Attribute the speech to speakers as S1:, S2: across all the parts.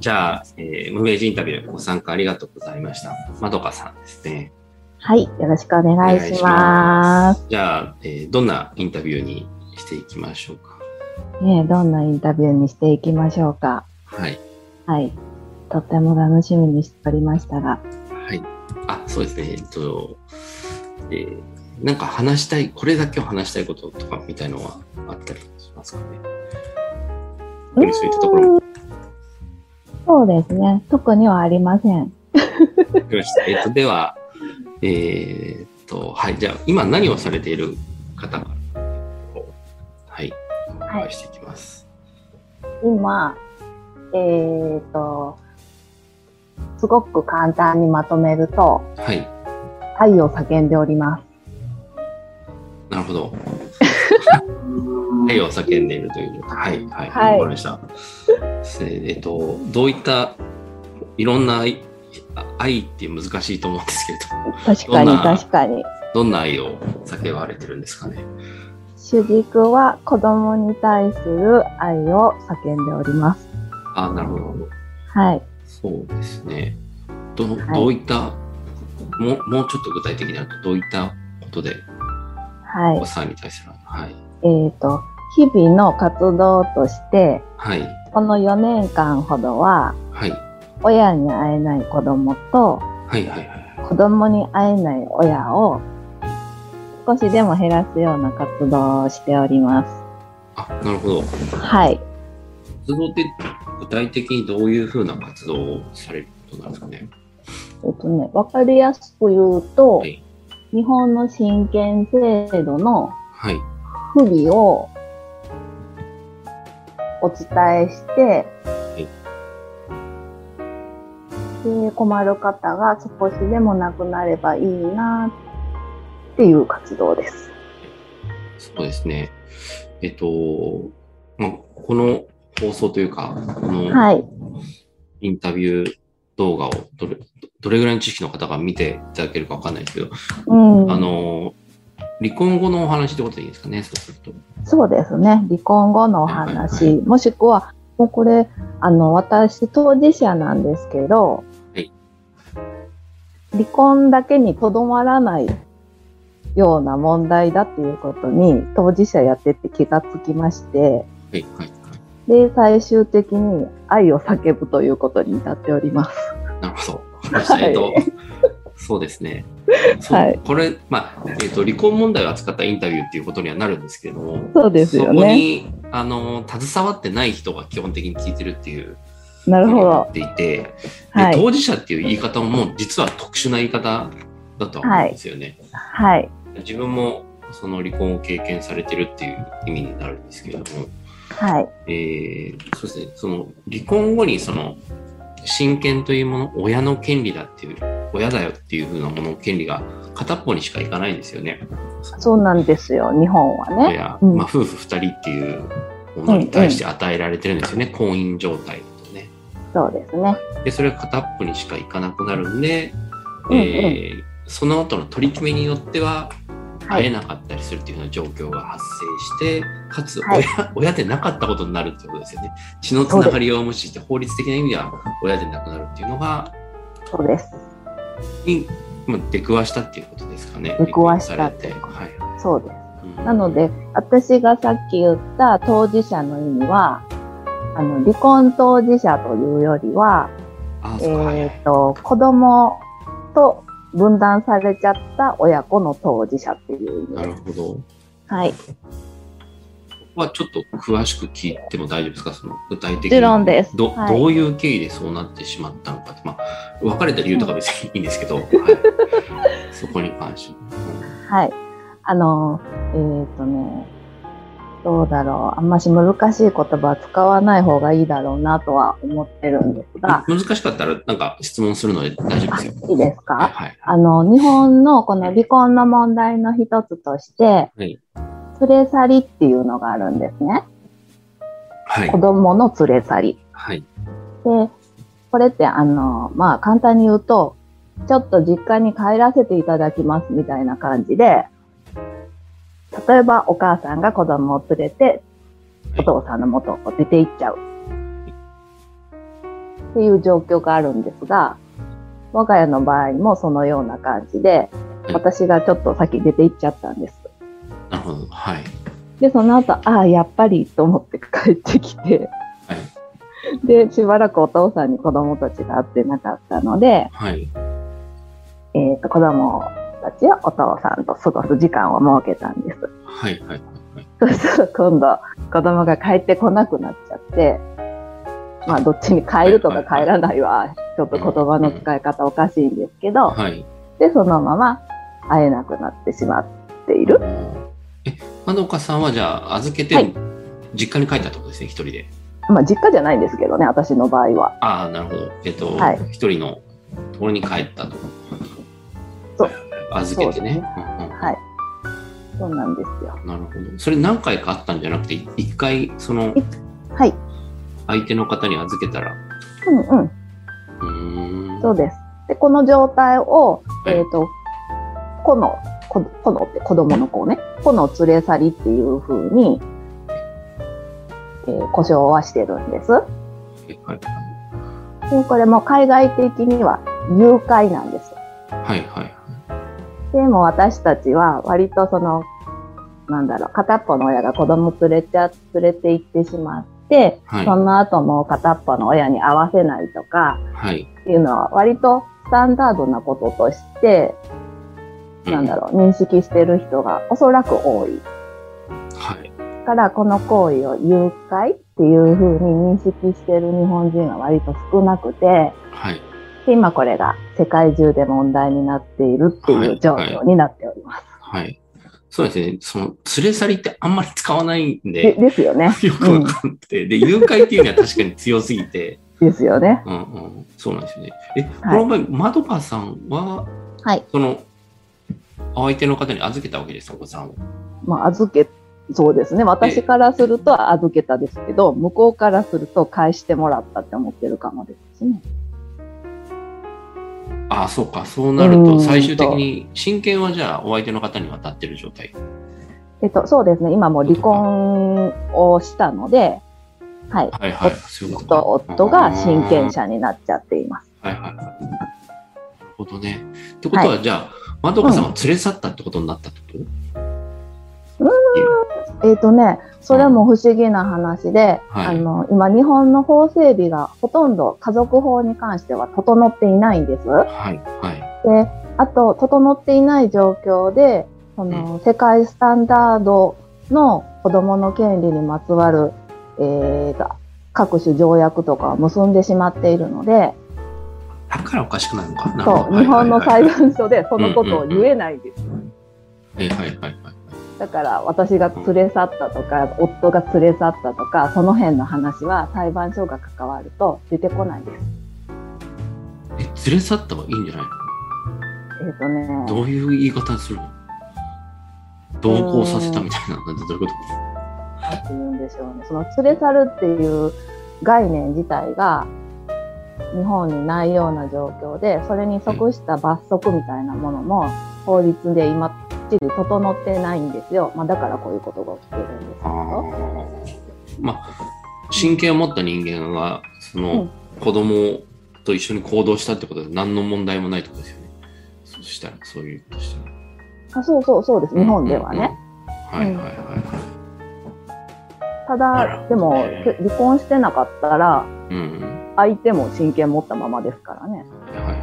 S1: じゃあ、えー、無名人インタビューご参加ありがとうございました。まどかさんですね。
S2: はい、よろしくお願いします。
S1: じゃあ、えー、どんなインタビューにしていきましょうか。
S2: ねどんなインタビューにしていきましょうか。
S1: はい。
S2: はい。とっても楽しみにしておりましたが。
S1: はい。あ、そうですね。えっと、えー、なんか話したい、これだけを話したいこととかみたいのはあったりしますかね。そういったところ
S2: そうですね。特にはありません。
S1: よし。えっと、では、えー、っと、はい。じゃあ、今何をされている方から、はい。お願いしていきます。
S2: はい、今、えー、っと、すごく簡単にまとめると、
S1: はい。
S2: 愛を叫んでおります。
S1: なるほど。愛を叫んでいるというはい、はい、はい、わかりました。えっと、どういった、いろんな愛愛って難しいと思うんですけれ
S2: ど。確かに、確かに。
S1: どんな愛を叫ばれてるんですかね。
S2: 主軸は子供に対する愛を叫んでおります。
S1: あ、なるほど。
S2: はい。
S1: そうですね。ど、どういった、はい、もう、もうちょっと具体的になると、どういったことで。
S2: はい。お
S1: 子さんに対する、はい。
S2: えっ、と、日々の活動として、
S1: はい、
S2: この4年間ほどは、
S1: はい、
S2: 親に会えない子供と、
S1: はいはいはい、
S2: 子供に会えない親を少しでも減らすような活動をしております。
S1: あ、なるほど。
S2: はい。
S1: 活動って具体的にどういうふうな活動をされることなんですかね
S2: えっとね、わかりやすく言うと、はい、日本の親権制度の、
S1: はい。
S2: 不備をお伝えして、はい、で困る方が少しでもなくなればいいなっていう活動です。
S1: そうですね。えっと、まあ、この放送というか、このインタビュー動画をどれどれぐらいの知識の方が見ていただけるかわかんないですけど、
S2: うん、
S1: あの離婚後のお話ってことでいいですかね、そうすると。
S2: そうですね、離婚後のお話、もしくは、もうこれ、あの、私、当事者なんですけど、
S1: はい、
S2: 離婚だけにとどまらないような問題だっていうことに、当事者やってて気がつきまして、
S1: はいはい、
S2: で、最終的に愛を叫ぶということに至っております。
S1: なるほど。えっと、はい、そうですね。
S2: はい、
S1: これ、まあえーと、と離婚問題を扱ったインタビューっていうことにはなるんですけども
S2: そうですよ、
S1: ね、そこにあの携わってない人が基本的に聞いてるっていう
S2: なるほど
S1: っていて、はい、当事者っていう言い方も実は特殊な言い方だと思うんですよね。
S2: はい、はい、
S1: 自分もその離婚を経験されてるっていう意味になるんですけれども、
S2: はい
S1: えー、そうですね、その離婚後にその親権というもの親の権利だっていう親だよっていうふうなもの権利が片っぽにしかいかないんですよね。
S2: そうなんですよ日本はね。
S1: 親、うん、まあ、夫婦2人っていうものに対して与えられてるんですよね、うんうん、婚姻状態とね。
S2: そうですね
S1: でそれが片っぽにしかいかなくなるんで、うんうん、えー、その後の取り決めによっては会えなかったりするというような状況が発生して、かつ親,はい、親でなかったことになるということですよね。血のつながりを無視して法律的な意味では親でなくなるっていうのが、
S2: そうです。
S1: に出くわしたっていうことですかね。
S2: 出くわしたって。
S1: はい、
S2: そうです。うん、なので、私がさっき言った当事者の意味は、あの、離婚当事者というよりは、えっ、と、子供と分断されちゃった親子の当事者っていう
S1: なるほど。
S2: はい。
S1: は、まあ、ちょっと詳しく聞いても大丈夫ですかその具体的
S2: にど。ど、
S1: はい、どういう経緯でそうなってしまったのかまあ、別れた理由とか別にいいんですけ ど、はい、そこに関して。
S2: うん、はい。あの、えっ、ー、とね、どうだろう。あんまし難しい言葉は使わない方がいいだろうなとは思ってるんですが。
S1: 難しかったらなんか質問するので大丈夫です
S2: よ。いいですか、
S1: はいはい、あ
S2: の、日本のこの離婚の問題の一つとして、
S1: はい、
S2: 連れ去りっていうのがあるんですね。
S1: はい。
S2: 子供の連れ去り。
S1: はい。で、
S2: これってあの、まあ簡単に言うと、ちょっと実家に帰らせていただきますみたいな感じで、例えばお母さんが子供を連れてお父さんの元を出て行っちゃう。っていう状況があるんですが、我が家の場合もそのような感じで、
S1: い
S2: 私がちょっと先出て行っちゃったんです。
S1: なるほど。はい。
S2: で、その後、ああ、やっぱりと思って帰ってきて、
S1: はい。
S2: で、しばらくお父さんに子供たちが会ってなかったので、
S1: はい。
S2: えっ、と、子供たちをお父さんと過ごす時間を設けたんです。
S1: はい。はい。はい。
S2: そしたら今度、子供が帰ってこなくなっちゃって、まあ、どっちに帰るとか帰らないは、ちょっと言葉の使い方おかしいんですけど、
S1: はい。
S2: で、そのまま会えなくなってしまっている。
S1: え、まどかさんはじゃあ預けて、
S2: はい
S1: 実家に帰ったってことですね、一人で。
S2: まあ、実家じゃないんですけどね、私の場合は。
S1: ああ、なるほど。えっと、一、
S2: はい
S1: 人のところに帰ったと。
S2: そう。
S1: 預けてね。
S2: そうはい。そうなんですよ。
S1: うんうんなるほど。それ何回かあったんじゃなくて、い一回、その
S2: いはい。
S1: 相手の方に預けたら。
S2: うんうん。
S1: うーん。
S2: そうです。で、この状態を、えっ、と、この、ここのって子供の子をね、この連れ去りっていう風に、えー故障はしてるんです。
S1: はい。
S2: でこれも海外的には誘拐なんです。
S1: はい。はい。
S2: でも私たちは割とその、なんだろう、片っぽの親が子供連れちゃ、連れて行ってしまって、
S1: はい。
S2: その後も片っぽの親に会わせないとか
S1: はい。
S2: っていうのは割とスタンダードなこととして、
S1: う
S2: なんだろう、認識してる人がおそらく多い。
S1: はい。
S2: だからこの行為を誘拐っていう風に認識してる日本人は割と少なくて、
S1: はい。
S2: で今これが世界中で問題になっているっていう状況になっております。
S1: はい。そうですね。その、連れ去りってあんまり使わないんで、
S2: でですよね。
S1: よくわかんなくて。で、誘拐っていうのは確かに強すぎて。
S2: ですよね。
S1: うんうん。そうなんですよね。え、
S2: はい
S1: この場合、まどかさんは、
S2: はい。
S1: その、お相手の方に預けたわけですか、お子さんを。
S2: まあ、預け、そうですね。私からすると預けたですけど、向こうからすると返してもらったって思ってるかもですしね。
S1: ああ、そうか。そうなると、
S2: うん
S1: 最終的に、親権はじゃあ、お相手の方に渡ってる状態。
S2: えっと、そうですね。今もう離婚をしたので、はい。
S1: はいはい。そういうことか
S2: 夫夫が親権者になっちゃっています。
S1: はいはいはい。なるほどね。ってことは、じゃあ、まどかさんを連れ去ったってことになったってこと、
S2: えっ、とね、それも不思議な話で、
S1: はい
S2: あの、今日本の法整備がほとんど家族法に関しては整っていないんです。
S1: はいはい。
S2: で、あと、整っていない状況で、その、世界スタンダードの子供の権利にまつわる、えーと、各種条約とかを結んでしまっているので、
S1: だからおかしくなるのか。なるほ
S2: そう、
S1: ど
S2: 日本の
S1: はい
S2: 裁判所でそのことを言えないんです。
S1: はいはいはいはい。
S2: だから、私が連れ去ったとか、夫が連れ去ったとか、その辺の話は裁判所が関わると出てこないです。
S1: え、連れ去ったはいいんじゃない
S2: えっ、とね
S1: の、どういう言い方するの同行させたみたいな。なんてどういうこと
S2: なんて言うんでしょうね。その連れ去るっていう概念自体が日本にないような状況で、それに即した罰則みたいなものも法律で今っちり整ってないんですよ。まあだからこういうことが起きてるんですけど。
S1: あーまあ、神経を持った人間が、その、子供と一緒に行動したってことで何の問題もないってことですよね。そしたら、そういうことしたら。
S2: あそうそうそうです。日本ではね。
S1: うんうんうん。はいはいはいはなるほど
S2: ただ
S1: ね、
S2: でもけ離婚してなかったら
S1: い。うんうん。
S2: 相手も親権持ったままですからね。
S1: はいはいは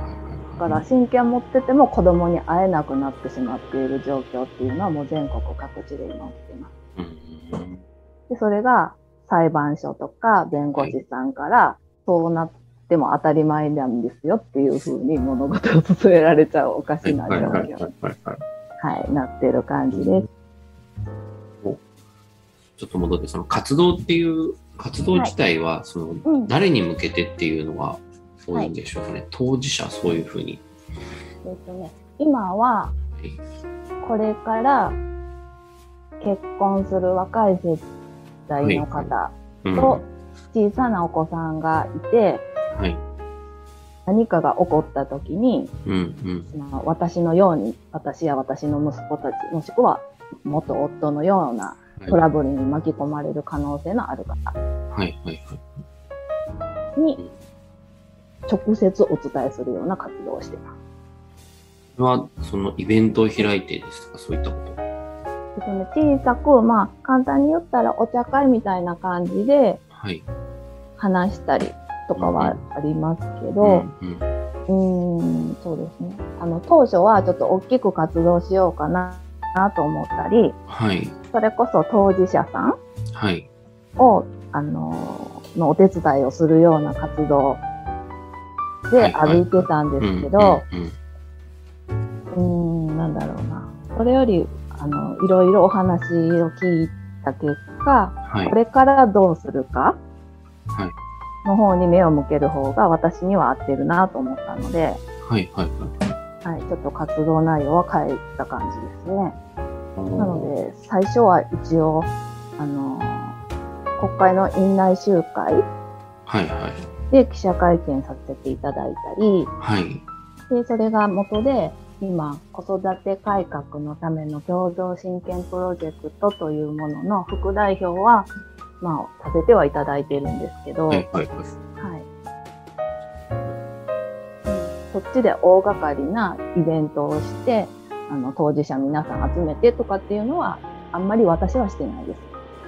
S1: い。
S2: だから親権持ってても子供に会えなくなってしまっている状況っていうのはもう全国各地で今起きてます。
S1: うん
S2: で、それが裁判所とか弁護士さんから、そうなっても当たり前なんですよっていうふうに物事を進められちゃうおか
S1: は
S2: し
S1: い
S2: な
S1: は
S2: 状
S1: いはい
S2: 況
S1: は
S2: に、
S1: いはいはい。
S2: はい、なってる感じです。
S1: おちょっと戻って、その活動っていう、活動自体は、その、
S2: うん。
S1: 誰に向けてっていうのは多いんでしょうかね、当事者、そういうふうに。
S2: えっとね、今は、これから結婚する若い世代の方
S1: うん
S2: と小さなお子さんがいて、
S1: はい
S2: 何かが起こった時に、
S1: うんうん
S2: まあ私のように、私や私の息子たち、もしくは元夫のような
S1: はい
S2: トラブルに巻き込まれる可能性のある方
S1: はいはいはい
S2: に、直接お伝えするような活動をしてます。
S1: それは、そのイベントを開いてですとか、そういったこと
S2: その小さく、まあ、簡単に言ったらお茶会みたいな感じで
S1: はい。
S2: 話したりとかはありますけ
S1: う
S2: ど、
S1: んうん
S2: うーん、そうですね。あの、当初はちょっと大きく活動しようかな、なと思ったり、
S1: はい。
S2: それこそ当事者さん
S1: はい。
S2: を、あのーのお手伝いをするような活動
S1: は
S2: で
S1: いはい
S2: 歩いてたん
S1: う
S2: です
S1: ん
S2: け
S1: うん
S2: ど、
S1: うん
S2: うーん、なんだろうな。それより、あの、いろいろお話を聞いた結果、
S1: はい
S2: こ。れからどうするか
S1: はい
S2: の方に目を向ける方が私には合ってるなと思ったので、
S1: はい。はい。はい
S2: はい、ちょっと活動内容は変えた感じですね。
S1: な
S2: なので、最初は一応、あのー国会の院内集会
S1: はいはい。
S2: で記者会見させていただいたり、
S1: はい。
S2: で、それが元で、今、子育て改革のための共同親権プロジェクトというものの副代表は、まあ、させてはいただいてるんですけ
S1: は
S2: ど、はいい。
S1: はいはい。
S2: そっちで大掛かりなイベントをして、あの、当事者皆さん集めてとかっていうのは、あんまり私はしてないです。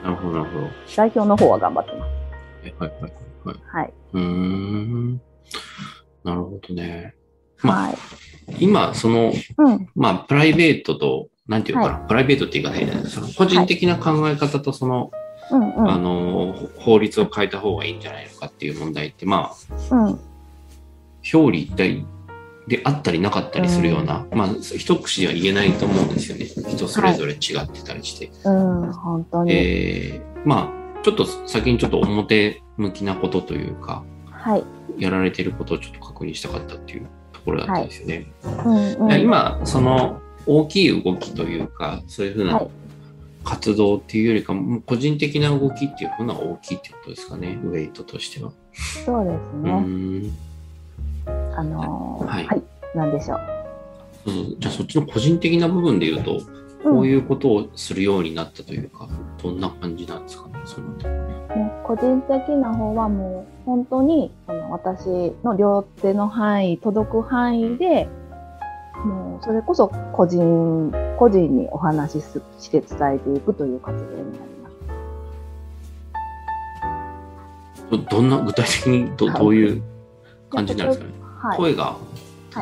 S1: なるほど、なるほど。は
S2: 代表の方は頑張ってます。
S1: いはいはいはい。
S2: はい。
S1: うーん。なるほどね。ま
S2: はい。
S1: 今、その、
S2: うん。
S1: まあ、プライベートと、なんていうのかな、プライベートって言い方変だけど、その個人的な考え方と、その、
S2: うんう
S1: あ
S2: ん。
S1: の、法律を変えた方がいいんじゃないのかっていう問題って、まあ、
S2: うん。
S1: 表裏一体であったりなかったりするような、まあ、一口では言えないと思うんですよね。人それぞれ違ってたりして。
S2: うん。本当に。
S1: えーまあ、ちょっと先にちょっと表向きなことというか、
S2: はい。
S1: やられてることをちょっと確認したかったっていうところだったんですよね。
S2: うんう
S1: いや
S2: ん。
S1: 今その大きい動きというかそういうふう
S2: は
S1: ない活動っていうよりかもう個人的な動きっていうのが大きいってことですかねウェイトとしては。
S2: そうです
S1: う
S2: ね。
S1: ーん
S2: あのー、
S1: はい
S2: はい。なんでしょう。
S1: そうそうじゃあそっちの個人的な部分で言うとこういうことをするようになったというか、どんな感じなんですかねその
S2: もう個人的な方はもう本当にその私の両手の範囲届く範囲でもうそれこそ個人個人にお話しすして伝えていくという活動になります。
S1: どどんな具体的にどどういう感じになるんですかね、
S2: はい、
S1: 声が
S2: は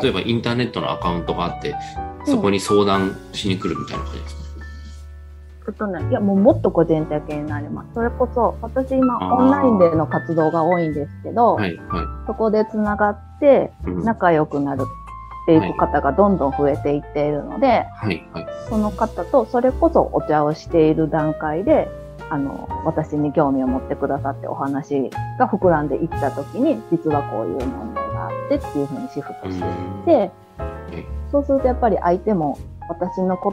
S2: い
S1: 例えばインターネットのアカウントがあってそこに相談しに来るみたいな感じですか、
S2: えっとね、いやもうもっと個人的になります。それこそ私今
S1: あー
S2: オンラインでの活動が多いんですけど、
S1: はいは
S2: そこでつながって
S1: い、うん、はい
S2: 仲良くなるっていう方がどんどん増えていっているので、
S1: はい
S2: その方とそれこそお茶をしている段階で、あの、私に興味を持ってくださってお話が膨らんでいった時に、実はこういう問題があってっていうふうにシフト
S1: う
S2: していっ
S1: ん
S2: て
S1: い、
S2: そうするとやっぱり相手も私のこ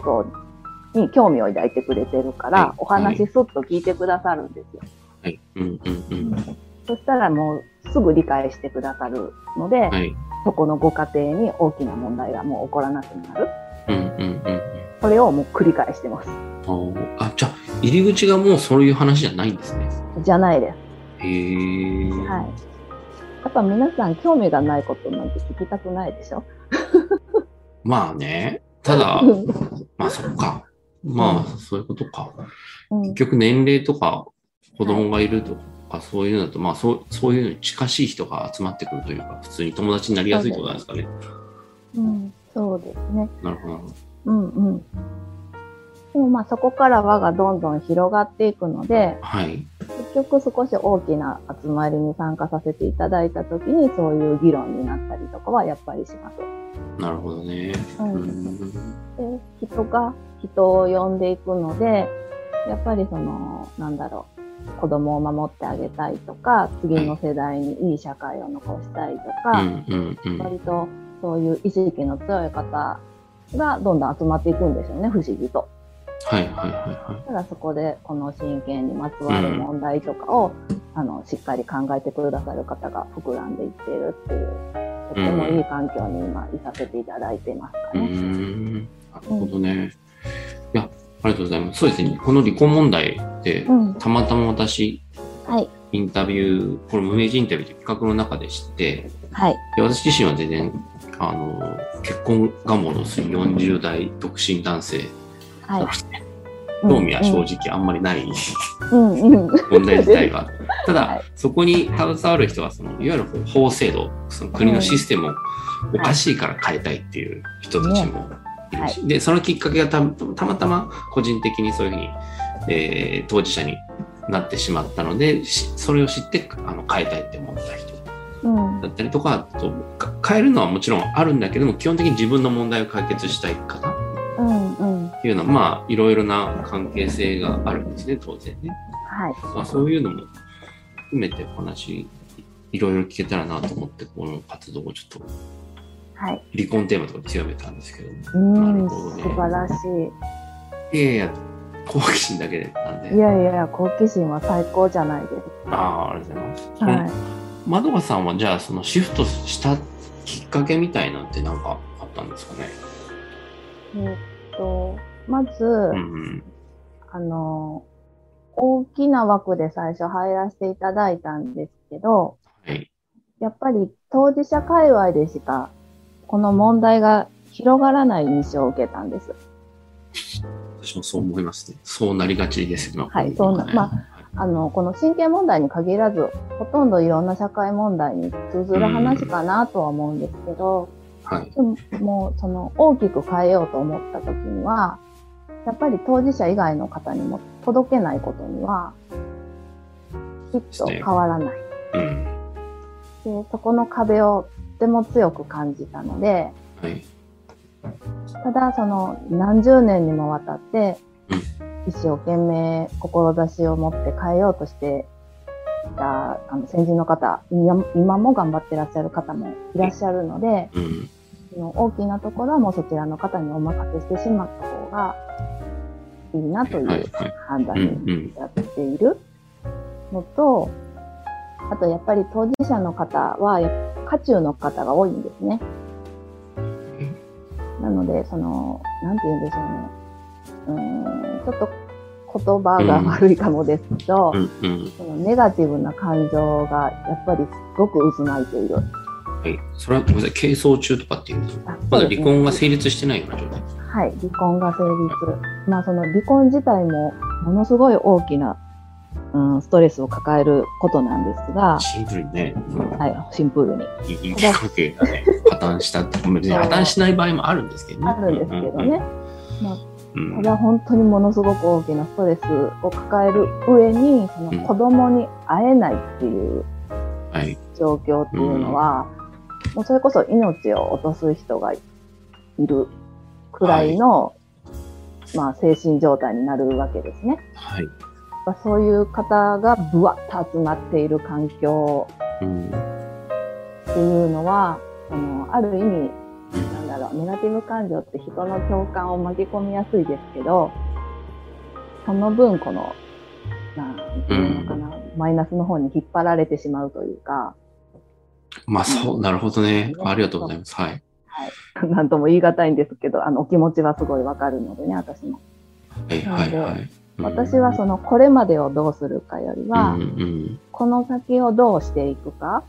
S2: とに興味を抱いてくれてる
S1: は
S2: か
S1: い
S2: ら、お話すっと聞いてくださるんですよ。
S1: はいうんうんうん
S2: そしたらもうすぐ理解してくださるので、
S1: はい。
S2: そこのご家庭に大きな問題がもう起こらなくなる。
S1: うんうんうんうん。
S2: それをもう繰り返してます。
S1: おーあ、じゃあ、入り口がもうそういう話じゃないんですね。
S2: じゃないです。
S1: へえ。
S2: はい。やっぱ皆さん興味がないことなんて聞きたくないでしょ
S1: まあね。ただ、
S2: う
S1: まあそっか。まあ、そういうことか。
S2: ん
S1: 結局年齢とか、子供がいるとか、そういうのだと、まあそう、そういうのに近しい人が集まってくるというか、普通に友達になりやすいってことなんですかね。
S2: うん、そうですね。
S1: なるほどなるほど。
S2: うんうん。でもまあそこから輪がどんどん広がっていくので、
S1: はい。
S2: 結局少し大きな集まりに参加させていただいた時にそういう議論になったりとかはやっぱりします。
S1: なるほどね。
S2: う、
S1: うん
S2: で
S1: ん。
S2: 人が人を呼んでいくので、やっぱりその、なんだろう、子供を守ってあげたいとか、次の世代にいい社会を残したいと
S1: う
S2: か、
S1: んうんうん。
S2: 割とそういう意識の強い方がどんどん集まっていくんですよね、不思議と。
S1: はいはいは
S2: だからそこでこの親権にまつわる問題とかを、あのしっかり考えてくださる方が膨らんでいっているっていう、とてもいい環境に今いさせていただいてますか
S1: いはい。うー
S2: ね。
S1: ん。なるほどね。いや、ありがとうございます。そうですね。この離婚問題って、
S2: うん、
S1: たまたま私、
S2: はい、
S1: インタビュー、これ無名人インタビューって企画の中で知って、
S2: はい。
S1: で私自身は全然、あの、結婚願望の薄い40代独身男性、
S2: はい。
S1: 興味は正直あんまりない
S2: うんうん。うん
S1: 問題自体が。た
S2: は
S1: だ
S2: い、
S1: そこに携わる人は、その、いわゆるこう法制度、その国のシステムをおかしいから変えたいっていう人たちもいるし、で、そのきっかけがたたまたま個人的にそういうふうに、えー当事者になってしまったので、しそれを知ってあの変えたいって思った人
S2: うん。
S1: だったりとか、あとか変えるのはもちろんあるんだけども、基本的に自分の問題を解決したい方っ
S2: うんうん。
S1: ていうのは、まあ、いろいろな関係性があるんですね、当然ね。
S2: はい。
S1: まあ、そういうのも含めてお話いろいろ聞けたらなと思ってこの活動をちょっと
S2: はい。
S1: 離婚テーマとか強めたんですけど
S2: う
S1: なる
S2: ん。
S1: ほど
S2: 素
S1: ね
S2: 晴らし
S1: いやいや好奇心だけでなん
S2: い。い
S1: で
S2: やいや、好奇心は最高じゃないです
S1: ああありがとうございます、
S2: か。はい。
S1: まどかさんはじゃあそのシフトしたきっかけみたいなんて何かあったんですかね
S2: えっと、まず、
S1: うんうん
S2: あの、大きな枠で最初入らせていただいたんですけど、
S1: はい
S2: やっぱり当事者界隈でしか、この問題が広がらない印象を受けたんです。
S1: 私もそう思いますねそうなりがちです今
S2: はいそうなまあの、この神経問題に限らず、ほとんどいろんな社会問題に通ずる話かなとは思うんですけど、
S1: はい
S2: でも、もうその大きく変えようと思った時には、やっぱり当事者以外の方にも届けないことには、きっと変わらない。
S1: うん
S2: でそこの壁をとても強く感じたので、
S1: はい
S2: ただその何十年にもわたって
S1: うん
S2: 一生懸命志を持って変えようとしていたあの先人の方今今も頑張ってらっしゃる方もいらっしゃるので
S1: うん
S2: その大きなところはもうそちらの方にお任せしてしまった方がいいなとい
S1: はいうはい
S2: 判断
S1: うん
S2: に
S1: うん
S2: やっているのとあとやっぱり当事者の方はやっぱ渦中の方が多いんですね。なので、その、なんて言うんでしょうね。うーん、ちょっと言葉が悪いかもですけど、
S1: うんうん
S2: そのネガティブな感情がやっぱりすごく渦巻いている。
S1: はいそれはごめんなさい係争中とかっていうんですか
S2: あ
S1: ま
S2: そう
S1: だ
S2: です
S1: 離
S2: ね
S1: 婚が成立してないような状態。
S2: はい、離婚が成立。まあ、その離婚自体もものすごい大きな、うん、ストレスを抱えることなんですが、
S1: シンプルにね、
S2: はい、シンプルに。
S1: いいきっかけがね、破綻したって、別に破綻しない場合もあるんですけどね。
S2: あるんですけどね。
S1: うん。
S2: ただ本当にものすごく大きなストレスを抱える上に、その子供に会えないっていう
S1: はい。
S2: 状況っていうのは、もうそれこそ命を落とす人がいるくらいの、まあ、精神状態になるわけですね。
S1: はい。
S2: まあそういう方がぶわっと集まっている環境
S1: うん。
S2: っていうのは、あのある意味、なんだろう、ネガティブ感情って人の共感を巻き込みやすいですけど、その分、この、なんていうのかな、マイナスの方に引っ張られてしまうというか、
S1: まあそう、なるほどね。ありがとうございます。はい。
S2: なんとも言い難いんですけど、あの、お気持ちはすごいわかるのでね、私も。
S1: はい、はい、はい。
S2: 私はその、これまでをどうするかよりは、
S1: うん、うん。
S2: この先をどうしていくか、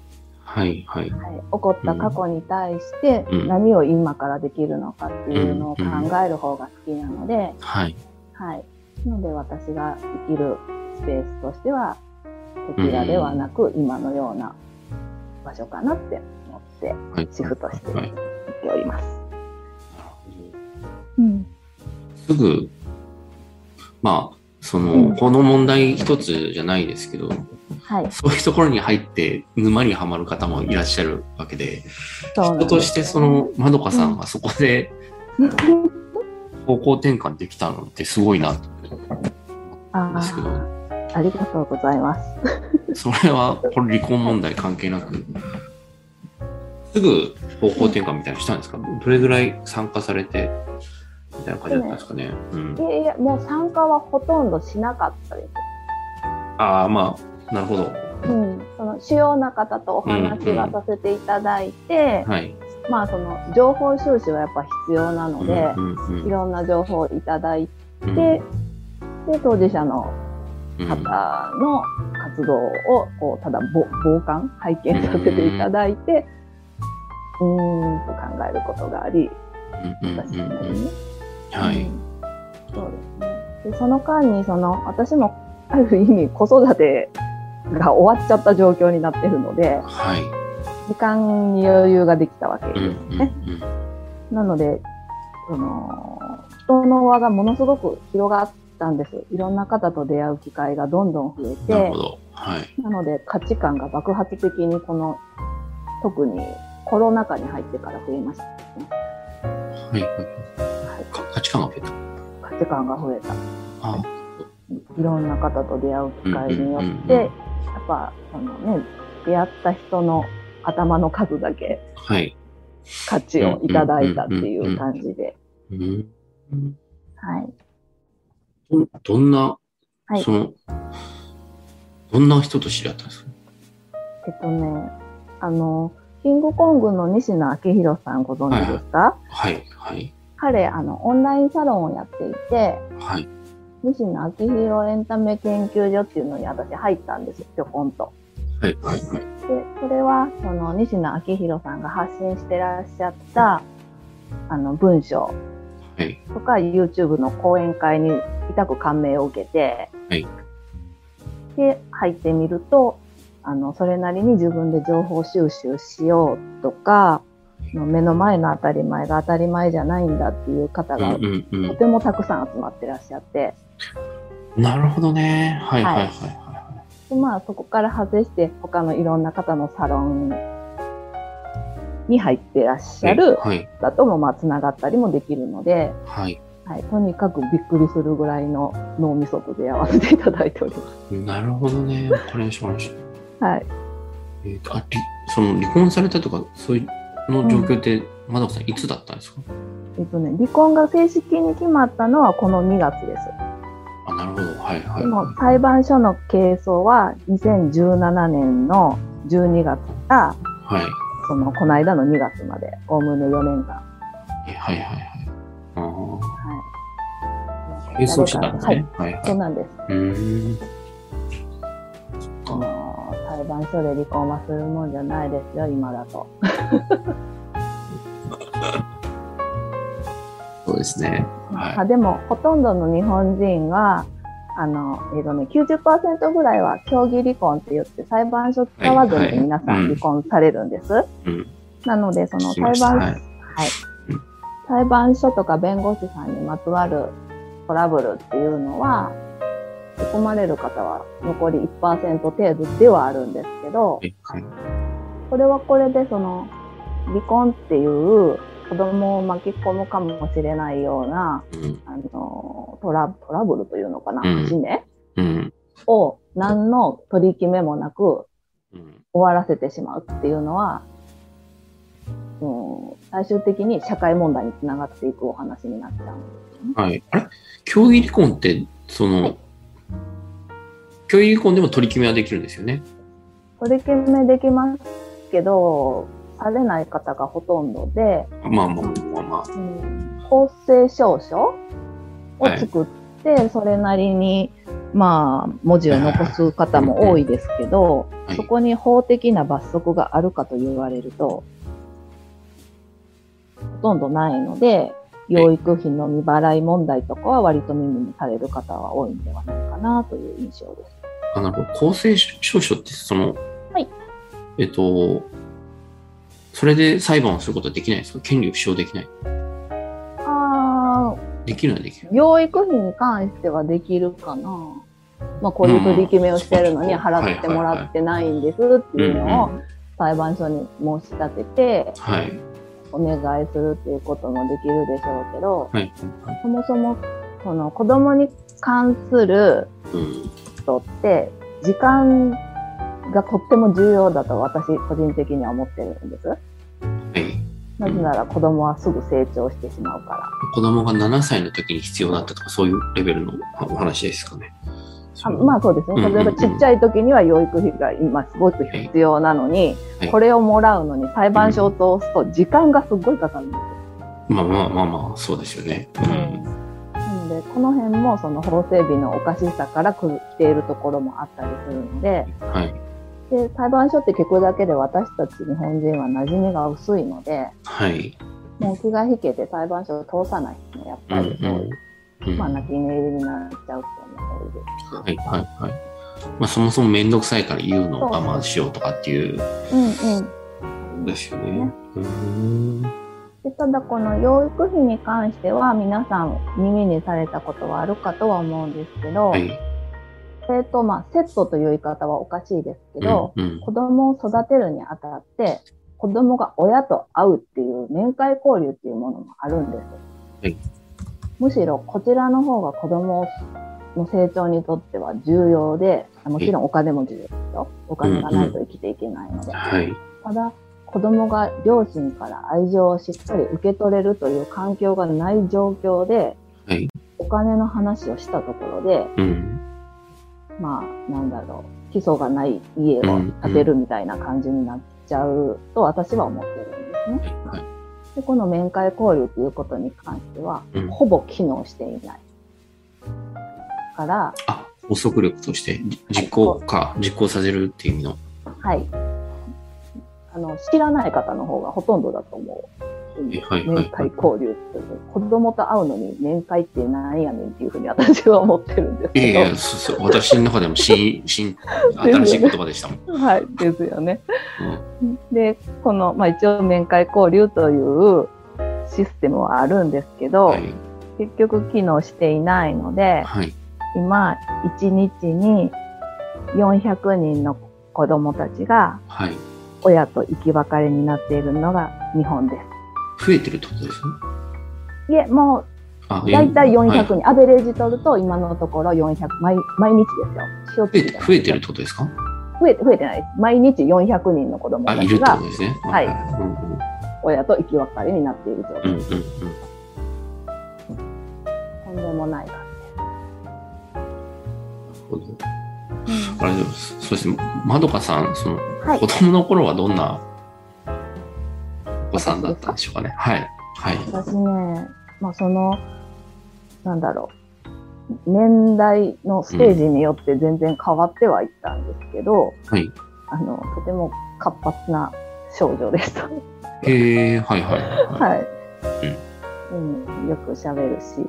S1: はい、はい。
S2: はい、起こった過去に対して
S1: うん
S2: 何を今からできるのかっていうのを考える方が好きなので、
S1: はい。
S2: はい。なので私が生きるスペースとしては、こちらではなく、今のような場所かなって思って、
S1: はい。
S2: シフトして
S1: はい。ないる
S2: っております。
S1: ほど
S2: うん。
S1: すぐ、まあ、その、
S2: うん
S1: この問題一つじゃないですけど、
S2: はい。
S1: そういうところに入って沼にはまる方もいらっしゃるわけで、
S2: そうな
S1: 人
S2: んです
S1: としてそのまどかさんがそこで方向転換できたのってすごいなと
S2: あ
S1: ですけど
S2: ーありがとうございます。
S1: それはこれ離婚問題関係なくすぐ方向転換みたいなのしたんですかどれぐらい参加されてみたいな感じだったんですかね、うん
S2: い、やいや、もう参加はほとんどしなかったです。
S1: ああまあなるほど
S2: うん。その主要な方とお話はさせていただいて、
S1: はい
S2: まあその情報収集はやっぱ必要なので
S1: う、んうん
S2: いろんな情報をいただいて、
S1: うん
S2: で、当事者の
S1: うん
S2: 方の活活動をこうただ傍観拝見させていただいてうーんと考えることがあり私なりにね。
S1: は
S2: う
S1: い。
S2: んそうですね。で、その間に、その、私も、ある意味、子育てが終わっちゃった状況になってるので、
S1: はい。
S2: 時間に余裕ができたわけ
S1: う
S2: です。
S1: んうんうん
S2: なので、その、人の輪がものすごく広がったんです。いろんな方と出会う機会がどんどん増え
S1: なる
S2: て
S1: ほ、ど。はい。
S2: なので価値観が爆発的にこの、特にコロナ禍に入ってから増えました。
S1: はい。か価値観が増えた。
S2: 価値観が増えた。
S1: あ
S2: いろんな方と出会う機会によ
S1: うんうん
S2: っ
S1: うんう
S2: て、
S1: ん
S2: やっぱ、そのね、出会った人の頭の数だけ
S1: はい。
S2: 価値をいただいたっていう感じで、
S1: うん
S2: はい。
S1: どどんな、
S2: はい
S1: その、どんな人と知り合ったんですか
S2: えっとね、あの、キングコングの西野昭弘さんご存知ですか
S1: はい。はい。
S2: 彼、あの、オンラインサロンをやっていて、
S1: はい。
S2: 西野昭弘エンタメ研究所っていうのに私入ったんですよ、ぴょこんと。
S1: はい。はい。はい。
S2: で、それは、その、西野昭弘さんが発信してらっしゃった、あの、文章
S1: はい。
S2: とか YouTube の講演会に痛く感銘を受けて、
S1: はい
S2: で入ってみるとあのそれなりに自分で情報収集しようとか目の前の当たり前が当たり前じゃないんだっていう方が
S1: うんうんうん
S2: とてもたくさん集まってらっしゃって
S1: なるほどね。はいは
S2: はいい
S1: はいは
S2: で、まあ、そこから外して他のいろんな方のサロンに入ってらっし
S1: い。
S2: ゃる
S1: はい
S2: 方ともまあつながったりもできるので、
S1: はい。
S2: はい、とにかくびっくりするぐらいの脳みそと出会わせていただいております。
S1: なるほどね。わかりましたわかりました。
S2: はい。
S1: えーとありその離婚されたとか、そういうの状況って、まだこさん、いつだったんですか
S2: えっとね、離婚が正式に決まったのはこの2月です。
S1: あ、なるほど。はいは
S2: で
S1: い。
S2: も裁判所の係争は2017年の12月から
S1: はい。
S2: そのこの間の2月まで、おおむね4年間。
S1: えはいはいはい。ああ
S2: は
S1: ー。並走してたんですね。はい
S2: はい、そうなんです。
S1: うーん。
S2: あのー裁判所で離婚はするもんじゃないですよ、今だと。
S1: そうですね。は
S2: あでも、ほとんどの日本人が、あの、えっとね、90%ぐらいは協議離婚って言って、裁判所使わず
S1: はいはい
S2: に皆さん離婚されるんです。
S1: い。うん。
S2: なので、そ
S1: 聞
S2: の
S1: き
S2: 裁
S1: ました
S2: 判、
S1: は
S2: はいい、
S1: うん
S2: 裁判所とか弁護士さんにまつわるトラブルっていうのは、仕込まれる方は残り1%程度ではあるんですけど、
S1: はいはい。
S2: これはこれでその、離婚っていう子供を巻き込むかもしれないような、
S1: うん。
S2: あの、トラトラブルというのかな、
S1: うん
S2: 節目
S1: うん。
S2: を何の取り決めもなく
S1: うん。
S2: 終わらせてしまうっていうのは、うん、最終的に社会問題につながっていくお話になっちゃうんですよ
S1: は
S2: ね。
S1: い。あれ競技離婚って、その、競技離婚でも取り決めはできるんですよね。
S2: 取り決めできますけど、されない方がほとんどで、
S1: まあまあまあまあ。
S2: うん、公正証書を作って、それなりに、まあ、文字を残す方も多いですけど、
S1: はい
S2: そこに法的な罰則があるかと言われると、ほとんどないので、養育費の未払い問題とかは割と耳にされる方は多いんではないかなという印象です。
S1: あなるほど。公正証書って、その、
S2: はい。
S1: えっと、それで裁判をすることはできないんですか権利を主張できない。
S2: ああ、
S1: できるのはできる。
S2: 養育費に関してはできるかな。まあ、こういう取り決めをしてるのに払ってもらってないんですっていうのを裁判所に申し立てて
S1: はい。
S2: お願いするっていうこともできるでしょうけど、
S1: はい。
S2: そもそもその子供に関する
S1: うん。
S2: 人って時間がとっても重要だと私個人的には思ってるんです。
S1: はい。
S2: なぜなら子供はすぐ成長してしまうから。
S1: 子供が7歳の時に必要だったとか、そういうレベルのお話ですかね。
S2: あまあそうですね。
S1: うんうんう
S2: 例
S1: ん
S2: えばちっちゃい時には養育費が今すごく必要なのに
S1: はい、
S2: これをもらうのに裁判所を通すと時間がすごいかかるんですよ。
S1: まあまあまあまあ、そうですよね。うん。
S2: なのでで、この辺もその法整備のおかしさから来ているところもあったりするので、
S1: はい。
S2: で、裁判所って聞くだけで私たち日本人は馴染みが薄いので、
S1: はい。
S2: もう気が引けて裁判所を通さないですね、やっ
S1: うん
S2: ぱり。
S1: うん。うん
S2: まあ、
S1: はい
S2: 泣き寝入りになっちゃう人も多いですし。
S1: はいはい。まあそもそも面倒くさいから言うのを我慢しようとかっていう
S2: うんうん。
S1: ですよね。うーん。
S2: でただこの養育費に関しては皆さん耳にされたことはあるかとは思うんですけど、
S1: はい。
S2: えっとまあセットという言い方はおかしいですけど、
S1: うんうん
S2: 子供を育てるにあたって子供が親と会うっていう面会交流っていうものもあるんです。
S1: い
S2: むしろこちらの方が子供の成長にとっては重要で、もちろんお金も重要ですよ。お金がないと生きていけないので。
S1: はい。
S2: ただ子供が両親から愛情をしっかり受け取れるという環境がない状況で、
S1: はい
S2: お金の話をしたところで、
S1: うん。
S2: まあ、なんだろう、基礎がない家を建てるみたいな感じになっちゃうと私は思ってるんですね。
S1: はい。
S2: で、この面会交流ということに関しては、
S1: うん
S2: ほぼ機能していない。から、
S1: あ、法則力としてじ実行か、実行させるっていう意味の。
S2: はい。あの、知らない方の方がほとんどだと思う。
S1: えはいはい
S2: 面会交流っていう。子供と会うのに面会ってなんやねんっていうふうに私は思ってるんです
S1: いやい
S2: け
S1: や、そうそう私の中でも 新、新、新しい言葉でしたもん。
S2: ど。はい。ですよね。
S1: うん
S2: で、この、まあ一応面会交流というシステムはあるんですけど、
S1: はい。
S2: 結局機能していないので、
S1: はい。
S2: 今、1日に400人の子供たちが
S1: はい。
S2: 親と生き別れになっているのが日本です。
S1: 増えてるってことですね。
S2: いえ、もう
S1: あ
S2: 大体400
S1: はい
S2: 人、アベレージ取ると今のところ400、毎毎日ですよ。
S1: 増えて増えてるって
S2: と
S1: ことですか
S2: 増えて増えてないです。毎日400人の子供
S1: あ、
S2: た
S1: いるっ
S2: ち
S1: てこ
S2: が
S1: とですね。
S2: はい
S1: い。
S2: 親と生き別れになっている状
S1: うん
S2: 態。
S1: うんうんうん。
S2: とんでもないが。
S1: あれです。そして、まどかさん、その、
S2: はい
S1: 子。供の頃はどんなお子さんだったんでしょうかね。はい。はい。
S2: 私ね、まあその、なんだろう、年代のステージによって全然変わってはいったんですけど、
S1: はい
S2: あの、とても活発な少女でした。
S1: へえ、はいはいは。
S2: はい。うん、よく喋るし、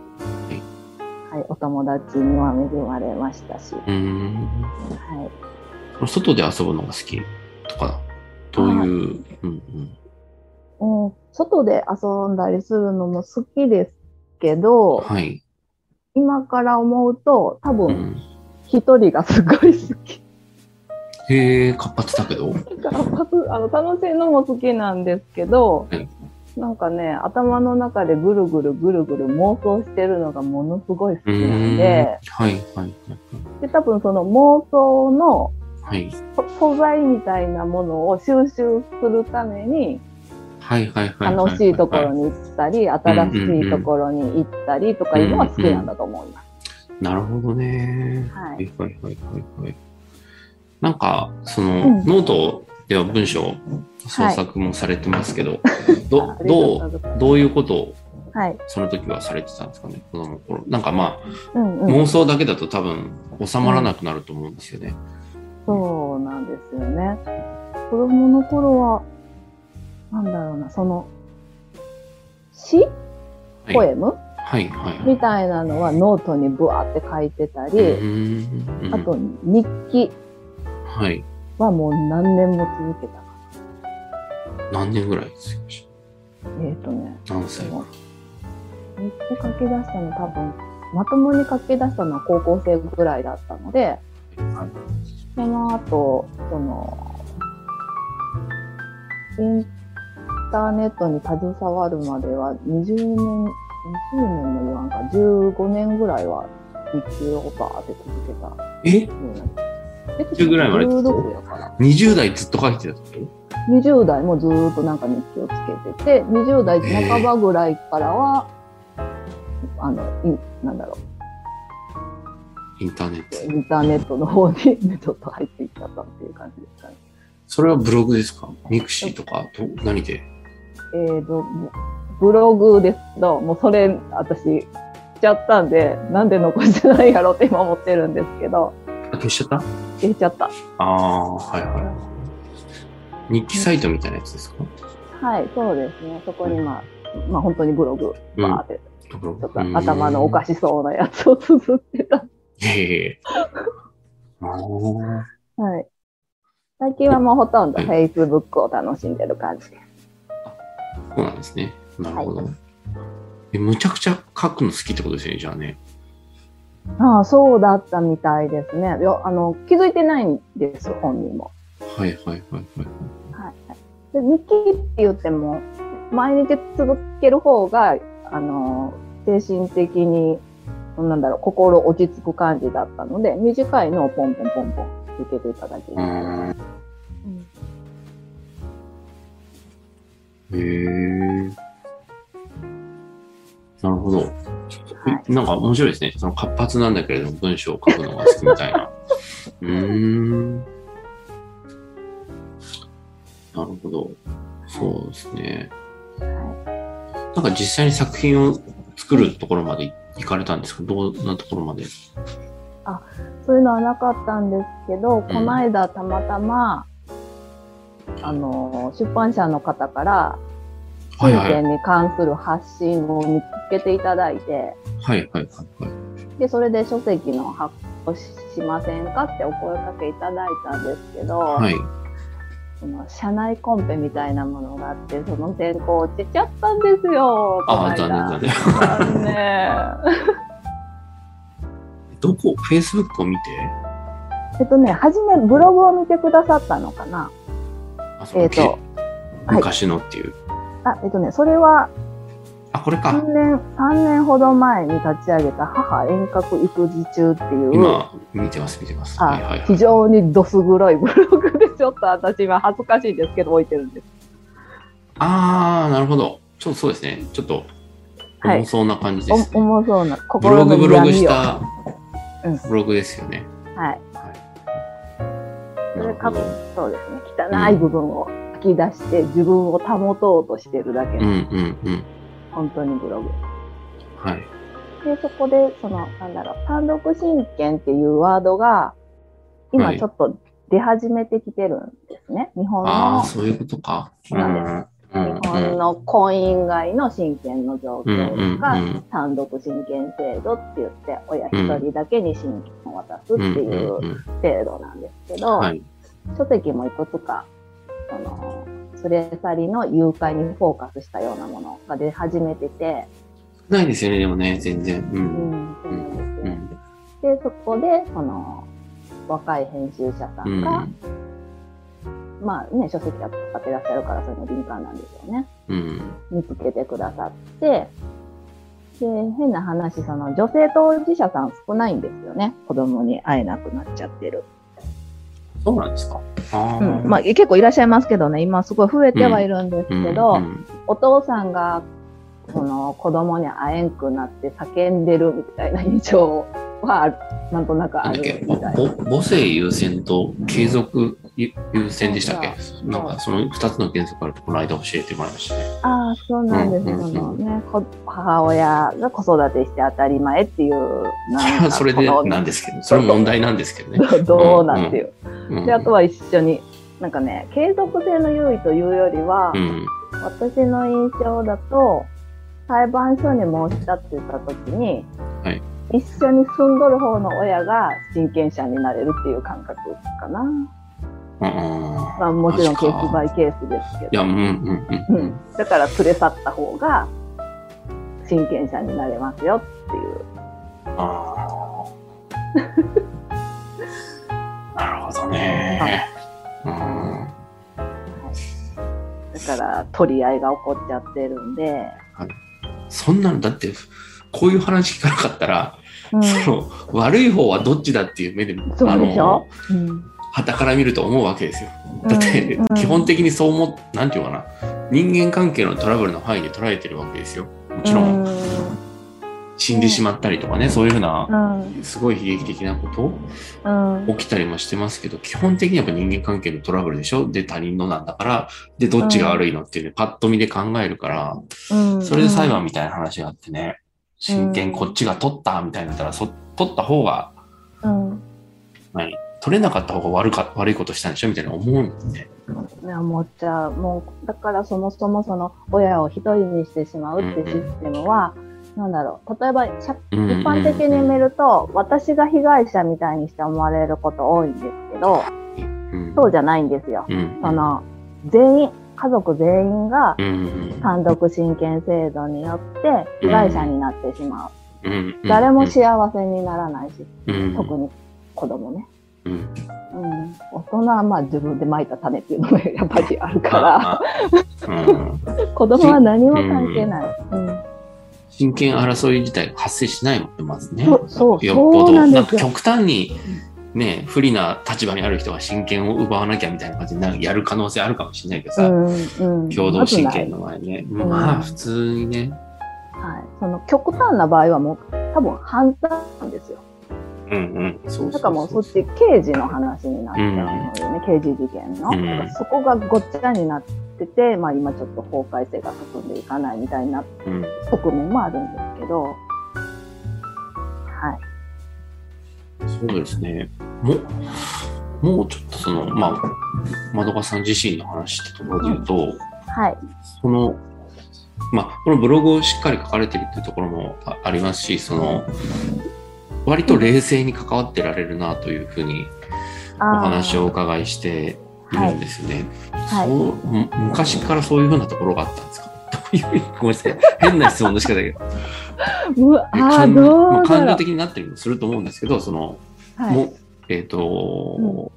S2: はい、お友達には恵まれましたし、はい
S1: うーん。外で遊ぶのが好きとか、どういう、うんうん。
S2: い、うん。外で遊んだりするのも好きですけど、
S1: はい。
S2: 今から思うと、多
S1: う
S2: 分
S1: ん。
S2: 一人がすごい好き。
S1: へえ、活発だけど。
S2: だから パスあの楽しいのも好きなんですけど
S1: はい、
S2: なんかね、頭の中でぐるぐるぐるぐる妄想してるのがものすごい好き
S1: う
S2: な
S1: ー
S2: ん
S1: ん。
S2: で
S1: は、いはいはい。
S2: で、多分その妄想の
S1: はい。
S2: そ素材みたいなものを収集するために、
S1: はいはいはいはい。
S2: 楽しいところに行ったり、新しいところに行ったりとかいうのは好きなんだと思います。
S1: なるほどね。
S2: は
S1: はいいはいはいはいはい。なんか、その、
S2: うん
S1: ノートでは文章創作もされてます けど、ど
S2: あ
S1: ど
S2: りがとうございます
S1: う、どういうことを
S2: はい。
S1: その時はされてたんですかね、子供の頃。なんかま
S2: うん
S1: あ、
S2: うん。
S1: 妄想だけだと多分収まらなくなると思うんですよね。
S2: そうなんですよね。子供の頃は、なんだろうな、その、詩
S1: はい、
S2: ポ
S1: はい
S2: エム
S1: はいはい。
S2: みたいなのはノートにブワーって書いてた
S1: う
S2: り、
S1: ーん
S2: あと日記
S1: はい。
S2: はもう何年も続けたか
S1: 何年ぐらいですか
S2: な。えっ、とね、
S1: 何歳
S2: もう日記書き出したの多分、まともに書き出したのは高校生ぐらいだったので、
S1: は
S2: その後、その、インターネットに携わるまでは20年、20年も言わんか、15年ぐらいは日記をバーって続けたよ
S1: い、え
S2: うな。え
S1: 10ぐらいまで続けた
S2: ?16 やから。
S1: ?20 代ずっと書いてたってこ
S2: 20代もずーっとなんか日記をつけてて、20代半ばぐらいからは、あの、いなんだろ
S1: とインターネット
S2: う、。インターネットの方にちょっと入っていっちゃったっていう感じですかね。
S1: それはブログですかミクシーとかど何で
S2: えーと、ブブログですけど、もうそれ、私、ちゃったんで、なんで残してないやろって今思ってるんですけど、
S1: あ消しちゃった
S2: 消えちゃった。
S1: ああ、はいはい。日記サイトみたいなやつですか、
S2: はい、そうですね。そこにまあ、まあ本当にブログ、
S1: うん
S2: バーって、
S1: ところ
S2: ちょっと頭のおかしそうなやつを綴ってた。
S1: いえいえいえ。 あー
S2: はい。最近はもうほとんど Facebook を楽しんでる感じです。
S1: そうなんですね。なるほど。えむちゃくちゃ書くの好きってことですよね、じゃあね。
S2: ああ、そうだったみたいですね。いや、あの、気づいてないんです、本人も。
S1: はいはいはいはい。
S2: で日記って言っても、毎日続ける方が、あの、精神的に、なんだろう、心落ち着く感じだったので、短いのをポンポンポンポン続けていただき
S1: う
S2: ます。
S1: ーん
S2: うん
S1: へえ。なるほど。
S2: はい
S1: なんか面白いですね。その活発なんだけれども文章を書くのが好きみたいな。うーん。なるほど。そうですね。
S2: は
S1: なんか実際に作品を作るところまで行かれたんですかどんなところまで
S2: いそういうのはなかったんですけど、この間たまたま、あの、出版社の方から、
S1: はいはい
S2: 人生に関する発信を見つけていただいて、
S1: はいはいはいはい。
S2: で、それで書籍の発行しませんかってお声かけいただいたんですけど、
S1: はい。
S2: その社内コンペみたいなものがあって、その選考落ちちゃったんですよ。
S1: ああ、
S2: こ
S1: 残
S2: の
S1: 念
S2: 間
S1: 残念。
S2: 残念。
S1: どこ ?Facebook を見て
S2: えっとね、はじめブログを見てくださったのかな
S1: あ、そ
S2: えっ、
S1: う
S2: と、はい
S1: 昔のっていう。
S2: あ、えっとね、それは
S1: あ、これか。
S2: 3年、3年ほど前に立ち上げた母遠隔育児中っていう、
S1: 今、見てます、見てます。はいはい
S2: あ
S1: は
S2: 非
S1: い。
S2: 常にどす黒いブログで、ちょっと私は恥ずかしいですけど置いてるんです。
S1: あー、なるほど。ちょっとそうですね。ちょっと、
S2: はい
S1: 重そうな感じで
S2: お
S1: すね。
S2: 重そうな
S1: ブ
S2: 心
S1: ロ
S2: の
S1: グブログし
S2: 闇を
S1: た
S2: うん、
S1: ブログですよね。
S2: はい、
S1: はい。
S2: そ
S1: な
S2: れ
S1: るほ
S2: か
S1: ど。
S2: そうですね汚い部分を引き出して自分を保とうとしてるだけ
S1: うん
S2: の、
S1: うんうん。
S2: 本当にブログ
S1: はい。
S2: でそこでそのなんだろう単独親権っていうワードが
S1: は
S2: 今
S1: い
S2: ちょっと出始めてきてるんですね、日本
S1: あ
S2: の
S1: ー、そういうことか。
S2: そうなん
S1: う
S2: 日本の婚姻外の親権の状
S1: うんうん
S2: 況が
S1: うん
S2: 単独親権制度って言って親一人だけに親権を渡すって
S1: んうん
S2: い
S1: うん
S2: う
S1: うんうん。
S2: 制度なんですけど、
S1: はい。
S2: 書籍もいくつか、その、連れ去りの誘拐にフォーカスしたようなものが出始めてて、
S1: ないですよね、でもね、全然。う。
S2: うんん、そうなんです
S1: う
S2: よ
S1: ん。
S2: で、そこで、その、若い編集者さ
S1: うん
S2: が、
S1: ん。
S2: まあね、書籍を使ってらっしゃるから、そういうの敏感なんですよね。
S1: うん。
S2: 見つけてくださって、で、変な話、その、女性当事者さん少ないんですよね。子供に会えなくなっちゃってる。
S1: そうなんですか。あ
S2: う
S1: ー
S2: ん。まあ、結構いらっしゃいますけどね、今すごい増えてはいるんですけど、
S1: うんうん
S2: お父さんがその子供に会えんくなって叫んでるみたいな印象はなんとなく
S1: な
S2: あ
S1: んだっけ
S2: る
S1: ぼ
S2: みたいな。
S1: ぼ母性優先と継続優優先でしたっけ
S2: ん
S1: なんかその2つの原則あるとこの間教えてもらいましたね。
S2: ああそうなんです、
S1: うんうんうん
S2: そのねこ母親が子育てして当たり前っていう
S1: それ
S2: なん
S1: は
S2: か
S1: それで
S2: この
S1: なんですけど、それも問題なんですけどね。
S2: どうなんていう。
S1: うん
S2: であとは一緒になんかね継続性の優位というよりは、
S1: うん
S2: 私の印象だと裁判所に申し立てた時に、
S1: はい
S2: 一緒に住んどる方の親が親権者になれるっていう感覚かな、
S1: うん
S2: まあ、もちろん
S1: マ
S2: ケ
S1: ジか
S2: ースバイケースですけ
S1: いや、
S2: ど
S1: うんうんうんうん。
S2: だから連れ去った方が親権者になれますよっていう
S1: あー なるほどね。うん
S2: だから取り合いが起こっちゃってるんで、
S1: そんなのだってこういう話聞かなかったら、
S2: うん
S1: その悪い方はどっちだっていう目で
S2: そうでしょ、
S1: はたから見ると思うわけですよ。だって、基本的にそう思っなんていうのかな人間関係のトラブルの範囲で捉えてるわけですよもちろん、
S2: うん
S1: 死んでしまったりとかねそういうふうな
S2: うん
S1: すごい悲劇的なこと
S2: うん
S1: 起きたりもしてますけど基本的にやっぱ人間関係のトラブルでしょで他人のなんだからでどっちが悪いのっていうねパッと見で考えるから
S2: うん
S1: それで裁判みたいな話があってね親権こっちが取ったみたいになったら、そ取った方が
S2: うん。
S1: 何取れなかった方が悪か悪いことしたんでしょみたいな思うんで、
S2: ね思っちゃう。もう、だからそもそもその親を一人にしてしまうってシステムは、なんだろう。例えば、社
S1: うんうんうん
S2: 一般的に見ると、私が被害者みたいにして思われること多いんですけど、
S1: うん
S2: そうじゃないんですよ。
S1: うん
S2: その、全員、家族全員が
S1: うんうん
S2: 単独親権制度によって被害者になってしまう。
S1: うん
S2: 誰も幸せにならないし、
S1: うん
S2: 特に子供ね。
S1: うん
S2: うん、大人はまあ自分でまいた種っていうのがやっぱりあるか
S1: まあまあうん
S2: ら、子供は何も関係ない。うん、
S1: 親権争い自体が発生しないもんねまずね
S2: そう、そう、
S1: よっぽ
S2: そう
S1: ど
S2: なん
S1: なん
S2: です
S1: か
S2: よ。
S1: 極端にね不利な立場にある人が親権を奪わなきゃみたいな感じになるやる可能性あるかもしれないけど
S2: う
S1: さ、
S2: ん、うん、
S1: 共同親権
S2: ま
S1: の前ね、
S2: ん
S1: まあ普通にね、
S2: ずない。はい、その極端な場合はもう多分犯罪なんですよ。
S1: うんうん、そう
S2: だ
S1: そう
S2: からもうそっち刑事の話になっちゃうのよね、刑事事件の。
S1: うん
S2: だからそこがごっちゃになってて、まあ今ちょっと法改正が進んでいかないみたいな
S1: うん、
S2: 側面もあるんですけど、はい。
S1: そうですね。ももうちょっとその、まあ、まどかさん自身の話ってところで言うと、
S2: はい。
S1: その、まあ、このブログをしっかり書かれてるっていうところもあありますし、その、割と冷静に関わってられるなというふうに
S2: お
S1: お話をお伺いしているんですよね。
S2: はい
S1: そうむ昔からそういうふうなところがあったんですか どういうごめんなさい変な質問の仕方だけど
S2: うわ あー
S1: 感
S2: ど
S1: まあ
S2: うだ
S1: 感
S2: ろ
S1: 情
S2: う。
S1: 的になってるのもすると思うんですけどその
S2: はい
S1: もえっ、と、
S2: う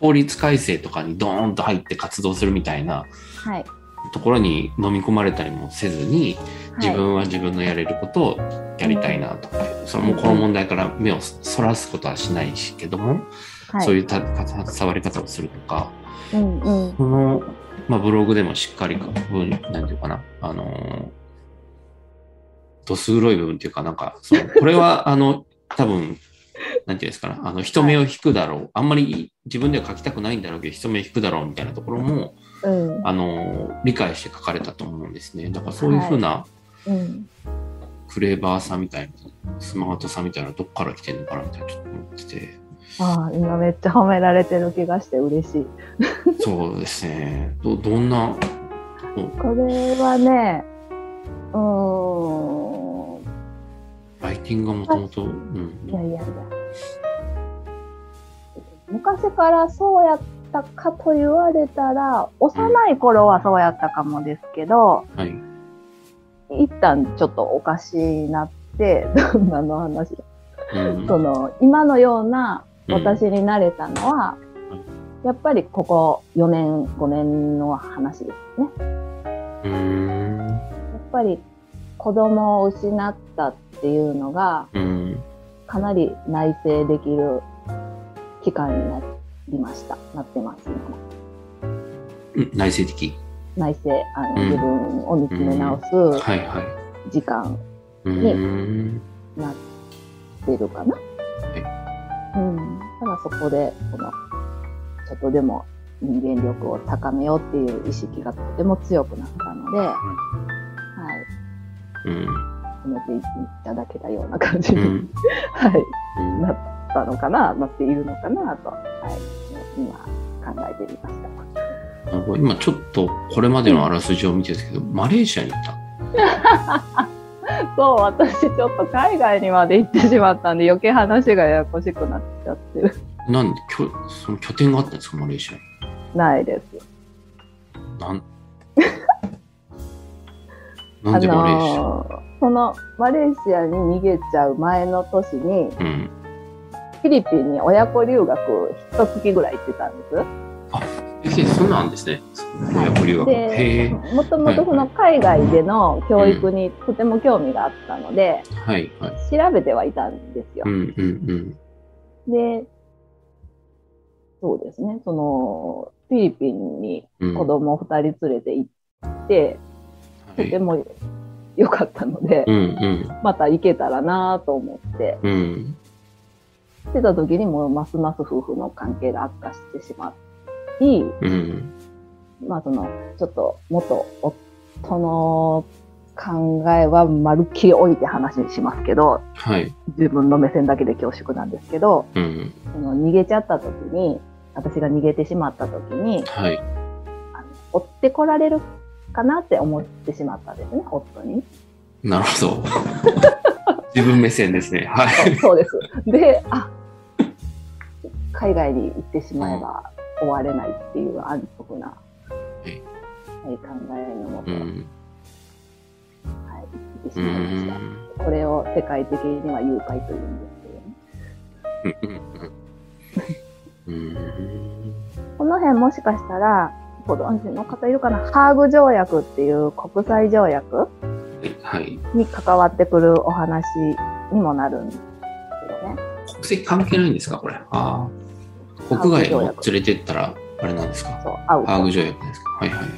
S1: 法律改正とかにドーンと入って活動するみたいな
S2: はい。
S1: ところに飲み込まれたりもせずに自分は自分のやれることをやりたいなとか、そのもうこの問題から目をそらすことはしないしけども、
S2: はい、
S1: そう
S2: い
S1: いうた携わり方をするとか
S2: う。うんうん。
S1: この、まあ、ブログでもしっかりか分なんていうかなあのーどす黒い部分っていうかなんかその これはあの多分なんていうんですかねあの人目を引くだろう、あんまり自分では書きたくないんだろうけど人目引くだろうみたいなところも
S2: うん
S1: あのー理解して書かれたと思うんですねだからそういうふうな
S2: うん。
S1: クレーバーさみたいな、スマートさみたいなどっから来てんのかなみたいなちょっと思って て
S2: ああ、今めっちゃ褒められてる気がして嬉しい。
S1: そうですねどどんな
S2: これはね、うーん。
S1: ライティングがもともとうん
S2: いやいやいや。昔からそうやったかと言われたら、幼い頃はそうやったかもですけど、
S1: はい
S2: 一旦ちょっとおかしいなって、何の話
S1: うん
S2: その今のような
S1: うん
S2: 私になれたのは、やっぱりここ4年5年の話ですね。
S1: うーん
S2: やっぱり子供を失ったっていうのが
S1: うん
S2: かなり内省できる期間になりました。なってます。今も
S1: うん内省的。
S2: 内省、あの、
S1: うん
S2: 自分を見つめ直
S1: はいはい。
S2: す時間
S1: うーん。
S2: なってるかな。うん。ただそこで、この、ちょっとでも人間力を高めようっていう意識がとても強くなったので、はい、
S1: うん。
S2: 褒めていただけたような感じ
S1: う
S2: に、
S1: ん。
S2: はい、
S1: うん
S2: なったのかな、なっているのかなと、はい、今考えてみました。
S1: なるほど今ちょっとこれまでのあらすじを見てるんですけど、マレーシアに行った。
S2: そう、私ちょっと海外にまで行ってしまったんで、余計話がややこしくなっちゃってる。
S1: なんで、きょその拠点があったんですか、マレーシアに。
S2: ないです。
S1: なん。なんでマレーシア、
S2: ーそのマレーシアに逃げちゃう前の年に、
S1: うん。
S2: フィリピンに親子留学一月ぐらい行ってたんです。
S1: 先生、そんなんあるんですね。親子留学。へ
S2: で
S1: え。、
S2: もともとその海外での教育にとても興味があったので、
S1: はいはい。
S2: 調べてはいたんですよ
S1: う。んうん
S2: で、そうですね、その、フィリピンに
S1: うん。うん、
S2: 子供を2人連れて行って、
S1: は
S2: と
S1: い
S2: ても良かったので
S1: う、んうん
S2: また行けたらなぁと思って、
S1: うん。
S2: 行ってた時にもうますます夫婦の関係が悪化してしまい、
S1: うん。
S2: まあその、ちょっと元夫の考えはまるっきり置いて話にしますけど、
S1: はい。
S2: 自分の目線だけで恐縮なんですけど、
S1: うん。
S2: その逃げちゃった時に、私が逃げてしまった時に、
S1: はい。
S2: あの追ってこられるかなって思ってしまったんですね、夫に。
S1: なるほ ど。自分目線ですね。はい。
S2: そうそうです。で、あ海外に行ってしまえば終われないっていう安直な、はい
S1: え、
S2: 考えのもと、
S1: う
S2: はい、
S1: ん。
S2: 行ってし
S1: う
S2: まいまし
S1: ん。
S2: た。これを世界的には誘拐というんですけどね。
S1: うん。
S2: この辺もしかしたら、ご存知の方いるかなハーグ条約っていう国際条約
S1: はい。
S2: に関わってくるお話にもなるんですよね。
S1: 国籍関係ないんですか、これ。ああ。国外を連れてったら、あれなんですか。
S2: そう、アウ
S1: ハーグ
S2: ト。
S1: 条約ですか。はいはいはい。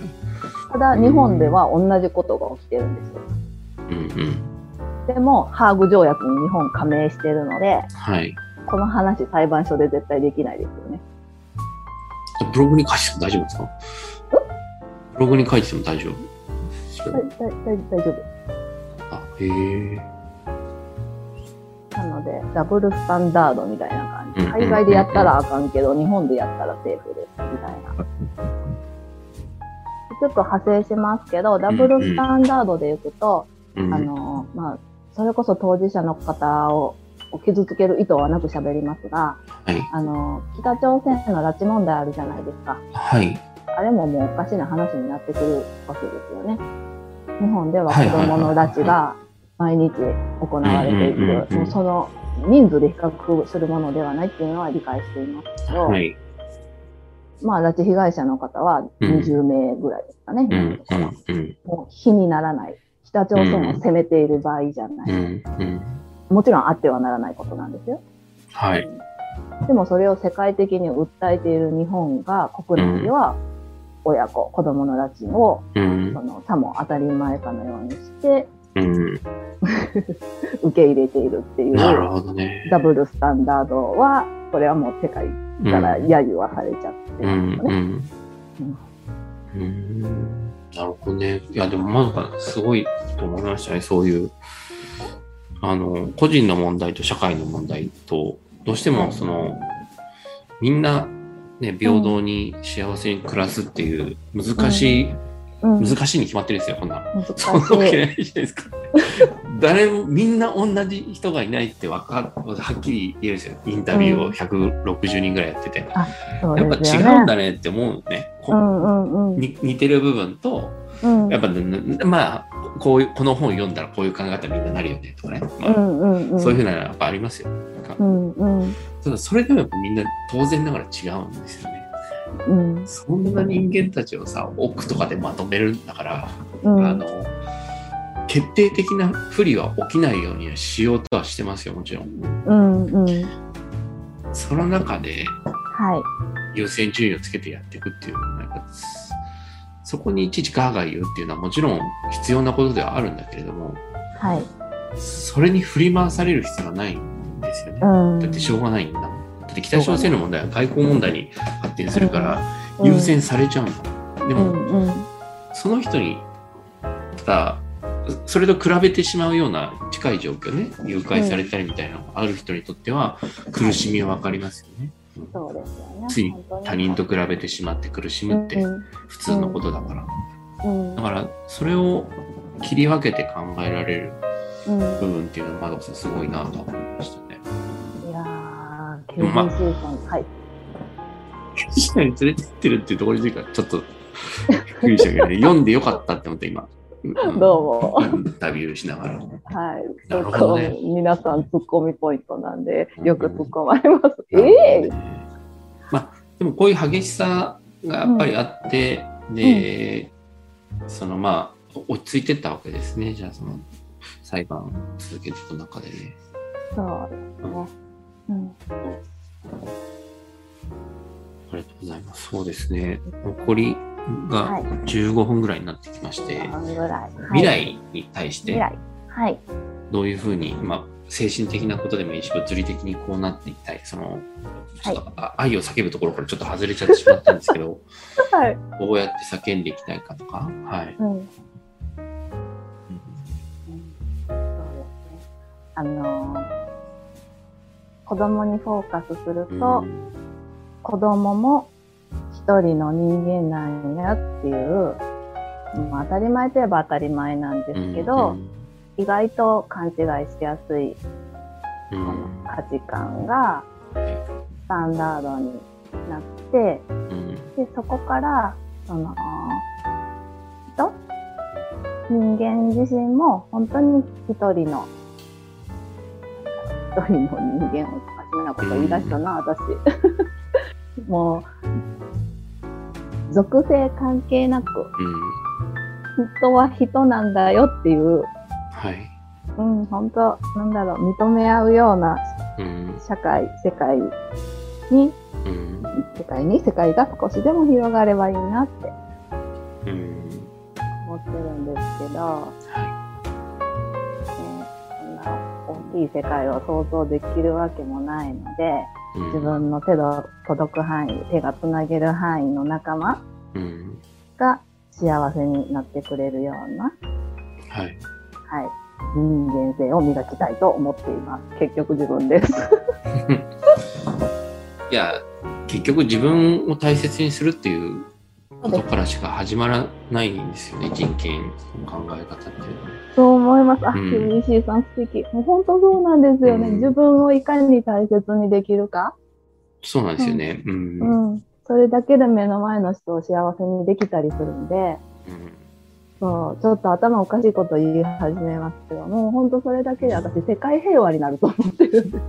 S2: ただ、日本では同じことが起きてるんですよ。
S1: うんうん。
S2: でも、ハーグ条約に日本加盟してるので、
S1: はい。
S2: この話裁判所で絶対できないですよね。
S1: ブログに書いても大丈夫ですかブログに書いてても大丈夫
S2: だだだ大丈夫。
S1: あ、へえ。
S2: なので、ダブルスタンダードみたいな感
S1: う
S2: じ。
S1: んうんうんうん
S2: 海外でやったらあかんけど、日本でやったらセーフです、みたいな。ちょっと派生しますけど、ダブルスタンダードでいくと、
S1: うん。
S2: あの、まあ、それこそ当事者の方をを傷つける意図はなく喋りますが、
S1: はい。
S2: あの、北朝鮮の拉致問題あるじゃないですか。
S1: はい。
S2: あれももうおかしな話になってくるわけですよね。日本では子供の拉致が毎日行われてい
S1: うんうんうんう
S2: く、
S1: ん
S2: もうその人数で比較するものではないっていうのは理解していますけど、
S1: はい。
S2: まあ拉致被害者の方は20名ぐらいですかね、
S1: うんうんうん
S2: もう非にならない。北朝鮮を攻めている場合じゃない。
S1: うんうん。
S2: もちろんあってはならないことなんですよ。
S1: はい。
S2: でもそれを世界的に訴えている日本が国内では親子、子供の拉致を
S1: うん
S2: そのさも当たり前かのようにして
S1: うん。
S2: 受け入れているってい
S1: なる
S2: う
S1: ほどね。
S2: ダブルスタンダードはこれはもう世界
S1: う
S2: から
S1: ん
S2: 揶揄はされちゃって
S1: う
S2: ます
S1: ん
S2: よ
S1: う
S2: ね。
S1: ん。うん。なるほどね。いや、でも、なんか、すごいと思いましたね。そういう、あの、個人の問題と社会の問題と、どうしても、その、みんな、ね、平等に幸せに暮らすっていう、難しい、
S2: うん難し
S1: 難しいに決まってるんですよ、こんなの。そんなわけ
S2: い。
S1: ないじゃないですか。 誰も、みんな同じ人がいないってわかはっきり言えるんですよ。インタビューを160人ぐらいやってて。や
S2: そう
S1: っぱ
S2: です
S1: 違
S2: よ
S1: うん
S2: ね。
S1: だねって思うね。
S2: う
S1: こ
S2: んうんうん。
S1: に似てる部分と、
S2: うん
S1: やっぱね、なまあ、こういう、この本読んだらこういう考え方みんななるよねとかね。まあ
S2: うんうんうん。
S1: そういうふうなのはやっぱありますよ。なんか
S2: うんうん
S1: ただ、それでもやっぱみんな当然ながら違うんですよね。
S2: うん
S1: そんな人間たちをさ、奥とかでまとめるんだから、
S2: うん
S1: あの決定的な不利は起きないようにはしようとはしてますよもちろん
S2: うんうん。
S1: その中で
S2: はい。
S1: 優先順位をつけてやっていくっていうのはやっぱそこにいちいちガーガー言うっていうのはもちろん必要なことではあるんだけれども
S2: はい。
S1: それに振り回される必要はないんですよね
S2: う
S1: だ
S2: ん。
S1: ってしょうがないんだもんだって北朝鮮の問題は外交問題に発展するから
S2: うん
S1: 優先されちゃうんだもんで
S2: う
S1: も、
S2: んうん。
S1: その人にただそれと比べてしまうような近い状況ね誘拐されたりみたいなのがある人にとっては苦しみは分かりますよね。うん
S2: そうですよね。
S1: つい他人と比べて
S2: し
S1: しまって苦しむって普通のことだから
S2: うん
S1: だからそれを切り分けて考えられる
S2: うん。
S1: 部分っていうのはまどかさんすごいなと思いましたね。
S2: いやー、
S1: でもまあ
S2: KBC さん、はい。
S1: 市内に連れてってるっていうところについてはちょっとびっくりしたけどね読んでよかったって思って今うん
S2: どう
S1: イ
S2: も。
S1: ンタビューしながら。
S2: はい。
S1: なるほどね
S2: そこ皆さん、ツッコミポイントなんで、
S1: うん
S2: よく突っ込まれます。
S1: なるほど
S2: ええ
S1: ねまあでもこういう激しさがやっぱりあって、で、そのまあ落ち着いてったわけですねじゃあその裁判を続けていく中でね。
S2: そうですね。うん。
S1: ありがとうございます。そうですね。残りが
S2: はい
S1: 15分ぐらいになってきまして、
S2: 半ぐらい。
S1: 未
S2: はい、
S1: 来に対し
S2: 未
S1: て
S2: 来。はい。
S1: どういうふうに、まあ、精神的なことでもいいし、物理的にこうなっていきたい。その、ちょっと、あ愛を叫ぶところからちょっと外れちゃってしまったんですけど、
S2: はい。
S1: どうやって叫んでいきたいかとか、はい。
S2: う
S1: う
S2: ん。
S1: ん
S2: あの子供にフォーカスすると、
S1: うん
S2: 子供も一人の人間なんやっていう、まあ、当たり前といえば当たり前なんですけど、意外と勘違いしやすい
S1: うんうんうん
S2: 価値観がスタンダードになって、
S1: うん
S2: でそこからそのと人間自身も本当に一人の一人の人間を真面目なこと言い出したな私 もう属性関係なく
S1: うん
S2: 人は人なんだよっていう、
S1: はい
S2: うん、本当なんだろう認め合うような
S1: うん
S2: 社会世界に
S1: うん
S2: 世界に世界が少しでも広がればいいなって
S1: うん
S2: 思ってるんですけど、ね、そんな大きい世界を想像できるわけもないので
S1: うん
S2: 自分の手の届く範囲手がつなげる範囲の仲間
S1: うん
S2: が幸せになってくれるような、
S1: はい
S2: はい、人間性を磨きたいと思っています結局自分です。
S1: いや結局自分を大切にするっていうことからしか始まらないんですよね人権の考え方っていうのは。
S2: そう思います。あ、
S1: う
S2: ケ
S1: ん
S2: ミシーさん素敵。もう本当そうなんですよね。
S1: うん
S2: 自分をいかに大切にできるか。
S1: そうなんですよね。うん
S2: う。ん。それだけで目の前の人を幸せにできたりするんで、
S1: うん
S2: そう、ちょっと頭おかしいこと言い始めますけど、もう本当それだけで私世界平和になると思ってるんで。
S1: い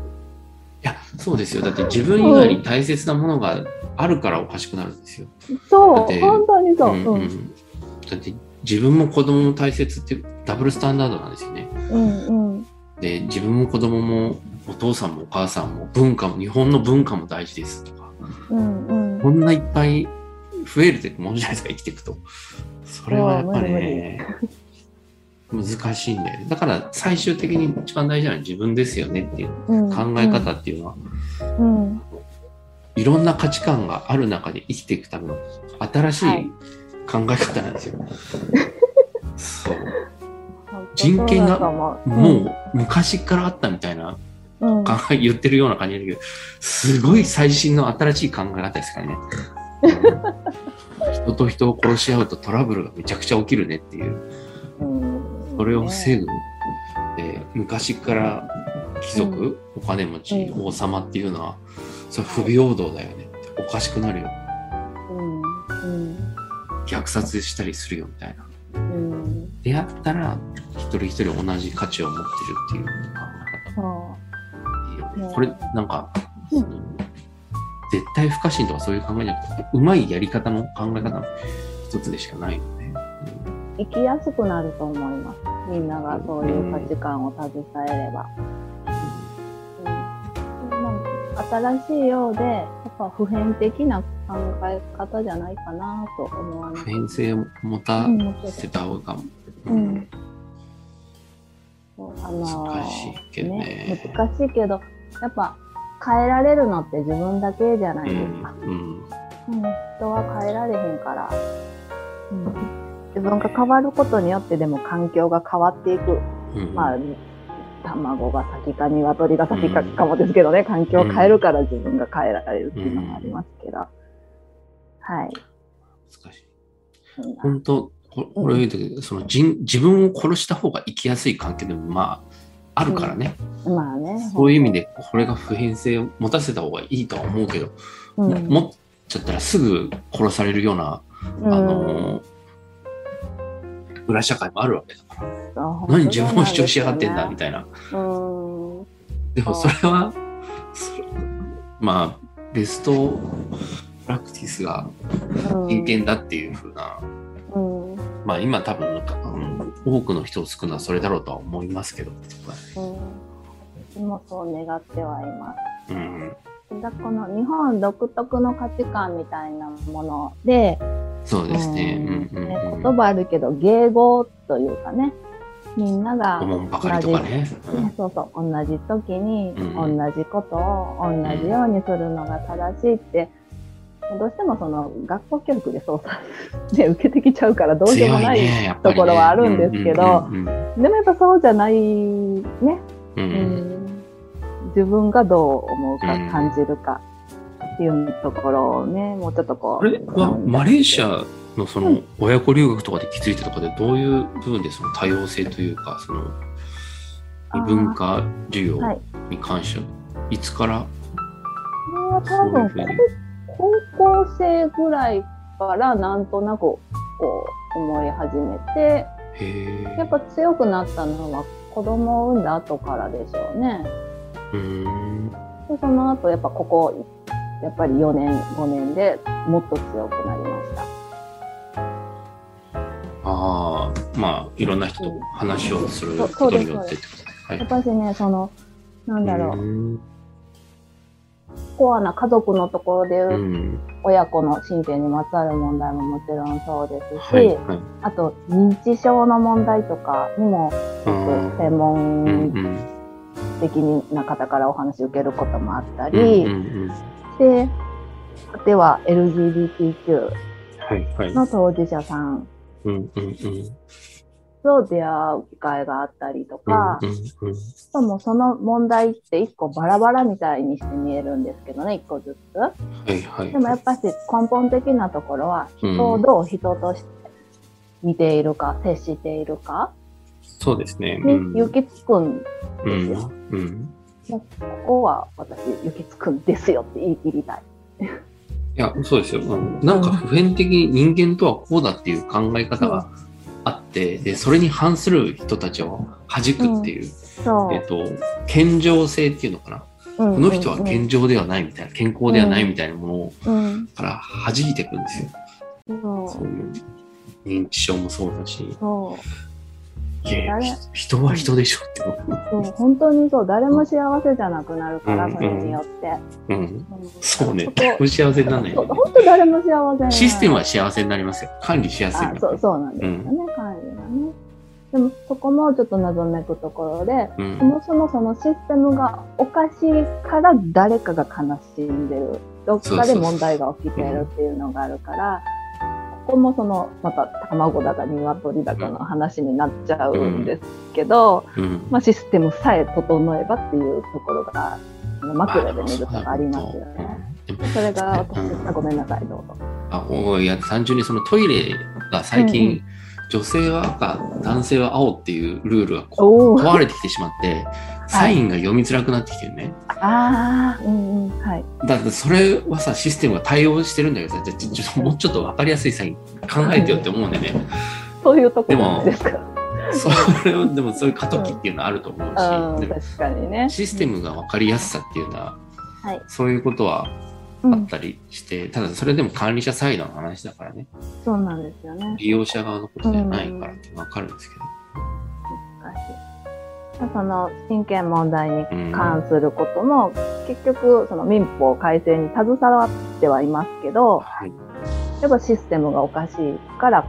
S1: や、そうですよ。だって自分以外に大切なものがあるからおかしくなるんですよ。
S2: そう、
S1: だって
S2: 本当にそ
S1: ん
S2: う。うん。
S1: んだって自分も子供も大切ってダブルスタンダードなんですよね。
S2: うん、うん。
S1: で、自分も子供もお父さんもお母さんも文化も日本の文化も大事ですとか、
S2: うん、うん。
S1: こんないっぱい増えるってもんじゃないですか、生きていくと。それはやっぱね、難しいんだよね。だから最終的に一番大事なのは自分ですよねっていう
S2: うん
S1: 考え方っていうのは
S2: うん、うん。
S1: いろんな価値観がある中で生きていくための新し
S2: はい
S1: い考え方なんですよ。 そう
S2: 本当
S1: 人権が
S2: そうだと思う
S1: もう昔からあったみたいな
S2: うん、うん
S1: 考え 言ってるような感じだけどすごい最新の新しい考え方ですからね。うん人と人を殺し合うとトラブルがめちゃくちゃ起きるねっていう
S2: うん
S1: それを
S2: ね
S1: 防ぐ、で昔から貴族、お金持ち、
S2: う
S1: 王様っていうのはそれは不平等だよねっておかしくなるよ
S2: うん、うん、
S1: 虐殺したりするよみたいな。
S2: うん。
S1: 出会ったら一人一人同じ価値を持ってるっていう
S2: そ
S1: 考え方いいよね
S2: う。ん
S1: これなんか、
S2: うん
S1: その絶対不可侵とかそういう考えじゃなくてうまいやり方の考え方の一つでしかないよね。
S2: う生きやすくなると思いますみんながそういう価値観を携えれば、うんでも新しいようでやっぱ普遍的な考え方じゃないかなと思わない
S1: 普遍性を持た
S2: うんもちろん
S1: せた方が、
S2: うん
S1: うん
S2: あのー
S1: 難しいけどね
S2: 難しいけどやっぱ変えられるのって自分だけじゃな
S1: う
S2: いです
S1: ん
S2: か、
S1: うん
S2: うん人は変えられへんから、うん自分が変わることによってでも環境が変わっていく
S1: うん
S2: まあ、卵が先か鶏が先か
S1: うん
S2: かもですけどね、環境を変えるから自分が変えられるっていうのがありますけど、はい。
S1: 難しい。
S2: そんな
S1: 本当ここれを言うときその人自分を殺した方が生きやすい環境でもまああるからね、
S2: まあね。
S1: そういう意味でこれが普遍性を持たせた方がいいとは思うけど、
S2: うん、うん、
S1: 持っちゃったらすぐ殺されるような、あの裏社会もあるわけだから、何自分を主張しやがってんだみ
S2: た
S1: たいな。
S2: いな。うん。
S1: でもそ
S2: そう
S1: れは、それまあ、ベストプラクティスが人権だっていうふうな、
S2: うん。うん。
S1: まあ今多分なんか、うん多くの人を救うのはそれだろうとは思いますけど、
S2: 私もそう願ってはいます。
S1: うん、
S2: だこの日本独特の価値観みたいなもので、
S1: そうですね。
S2: うん
S1: うんうん
S2: ね
S1: うん
S2: 言葉あるけど、芸語というかね、みんなが
S1: おもんばかりとかね。うん
S2: そうそう、同じ時に
S1: うん
S2: 同じことを同じようにするのが正しいって、どうしてもその学校教育でそうさ、ね、受けてきちゃうからどうしようもない。
S1: 強ねやっぱりね
S2: ところはあるんですけど
S1: うんうんうんうん
S2: でもやっぱそうじゃないね、
S1: うん
S2: うん自分がどう思うか
S1: うん
S2: 感じるかっていうところをね、もうちょっとこ
S1: あ
S2: う。
S1: れはマレーシアのそうの
S2: ん
S1: 親子留学とかで気づいたとかでどういう部分でその多様性というかその
S2: あー
S1: 異文化授業
S2: はい
S1: に関してはいつから
S2: これは
S1: そ
S2: 多
S1: ういう
S2: 分
S1: ふうに
S2: こ高校生ぐらいからなんとなくこう思い始めて、
S1: へ
S2: やっぱ強くなったのは子供を産んだ後からでしょうね。
S1: えうん
S2: で、その後やっぱここ、やっぱり4年、5年でもっと強くなりました。
S1: ああまあいろんな人と話をする
S2: そう
S1: こ
S2: そう
S1: とに
S2: です
S1: よってってことねはい
S2: やっぱりね、その、なんだろう、
S1: うん
S2: コアな家族のところで
S1: う
S2: 言うん親子の神経にまつわる問題ももちろんそうですし、
S1: はいはい
S2: あと認知症の問題とかにも
S1: あ
S2: 専
S1: ーうん
S2: 門
S1: うん
S2: 的な方からお話を受けることもあった
S1: うん
S2: り、
S1: うんうん
S2: で、では LGBTQ
S1: はいはい
S2: の当事者さん
S1: うんうんうん
S2: と出会う機会があったりとか、
S1: うんうんうん
S2: しかもその問題って一個バラバラみたいにして見えるんですけどね、一個ずつ。
S1: はいはい
S2: でもやっぱし根本的なところは人をどう人として見ているか、接しているか
S1: そうですね
S2: に、
S1: うん
S2: ゆきつくん、
S1: うんうん
S2: ここは私、ゆきつくんですよって言い切りたい。
S1: いや、そうですよ。あのなんか普遍的に人間とはこうだっていう考え方があって、で、それに反する人たちを弾くっていう、
S2: そ
S1: えっと、健常性っていうのかな。
S2: う。
S1: この人は
S2: 現
S1: 健常ではないみたいな、健康ではないみたいなもの
S2: うん
S1: から弾いていくんですよ。
S2: うん
S1: そういう認知症もそうだし、
S2: そう。
S1: いやいや
S2: 誰
S1: ひ人は人でしょって
S2: そう本当にそう誰も幸せじゃなくなるから、
S1: うん
S2: それによって、
S1: 思う。うん。
S2: うん
S1: そうね
S2: そ。
S1: 誰も幸せにならないよ
S2: こ
S1: ね。
S2: 本当誰も幸せ
S1: システム
S2: は
S1: は幸せになりますよ。管理しやすいか
S2: あ
S1: ら。
S2: そうそうなんですよね、管理がねでもそこもちょっと謎めくところで
S1: う
S2: そ
S1: ん。
S2: もそもそのシステムがおかしいから誰かが悲しんでるどっかで問題が起きてるっていうのがあるからここもそのまた卵だか鶏だかの話になっちゃうんですけど、
S1: うん。
S2: まあ、システムさえ整えばっていうところが、あのマクロで見るとありますよね。
S1: うん。
S2: それが私、
S1: うん
S2: あごめんなさい、どうぞ。
S1: あおいや単純にそのトイレが最近、
S2: うんう
S1: 女性は赤男性は青っていうルールがこ
S2: おー
S1: 壊れてきてしま ってサインが読みづらくなってきてるね、
S2: ああ、うんうん、はい。
S1: だってそれはさシステムが対応してるんだけどさじゃあちょちょっともうちょっと分かりやすいサイン考えてよって思うんでね、
S2: そういうとこ
S1: でも
S2: ろですか。
S1: それをでもそういう過渡期っていうのはあると思うし、
S2: あ
S1: で
S2: ー
S1: も
S2: 確かにね。
S1: システムが分かりやすさっていうのは、
S2: はい
S1: そういうことは
S2: う
S1: あっ
S2: ん、
S1: たりして、ただそれでも管理者サイドの話だからね
S2: そうなんですよね。
S1: 利用者側のことじゃないからって分かるんですけど。
S2: 難しいその人権問題に
S1: うん
S2: 関することも、結局その民法改正に携わってはいますけど
S1: はい
S2: やっぱシステムがおかしいから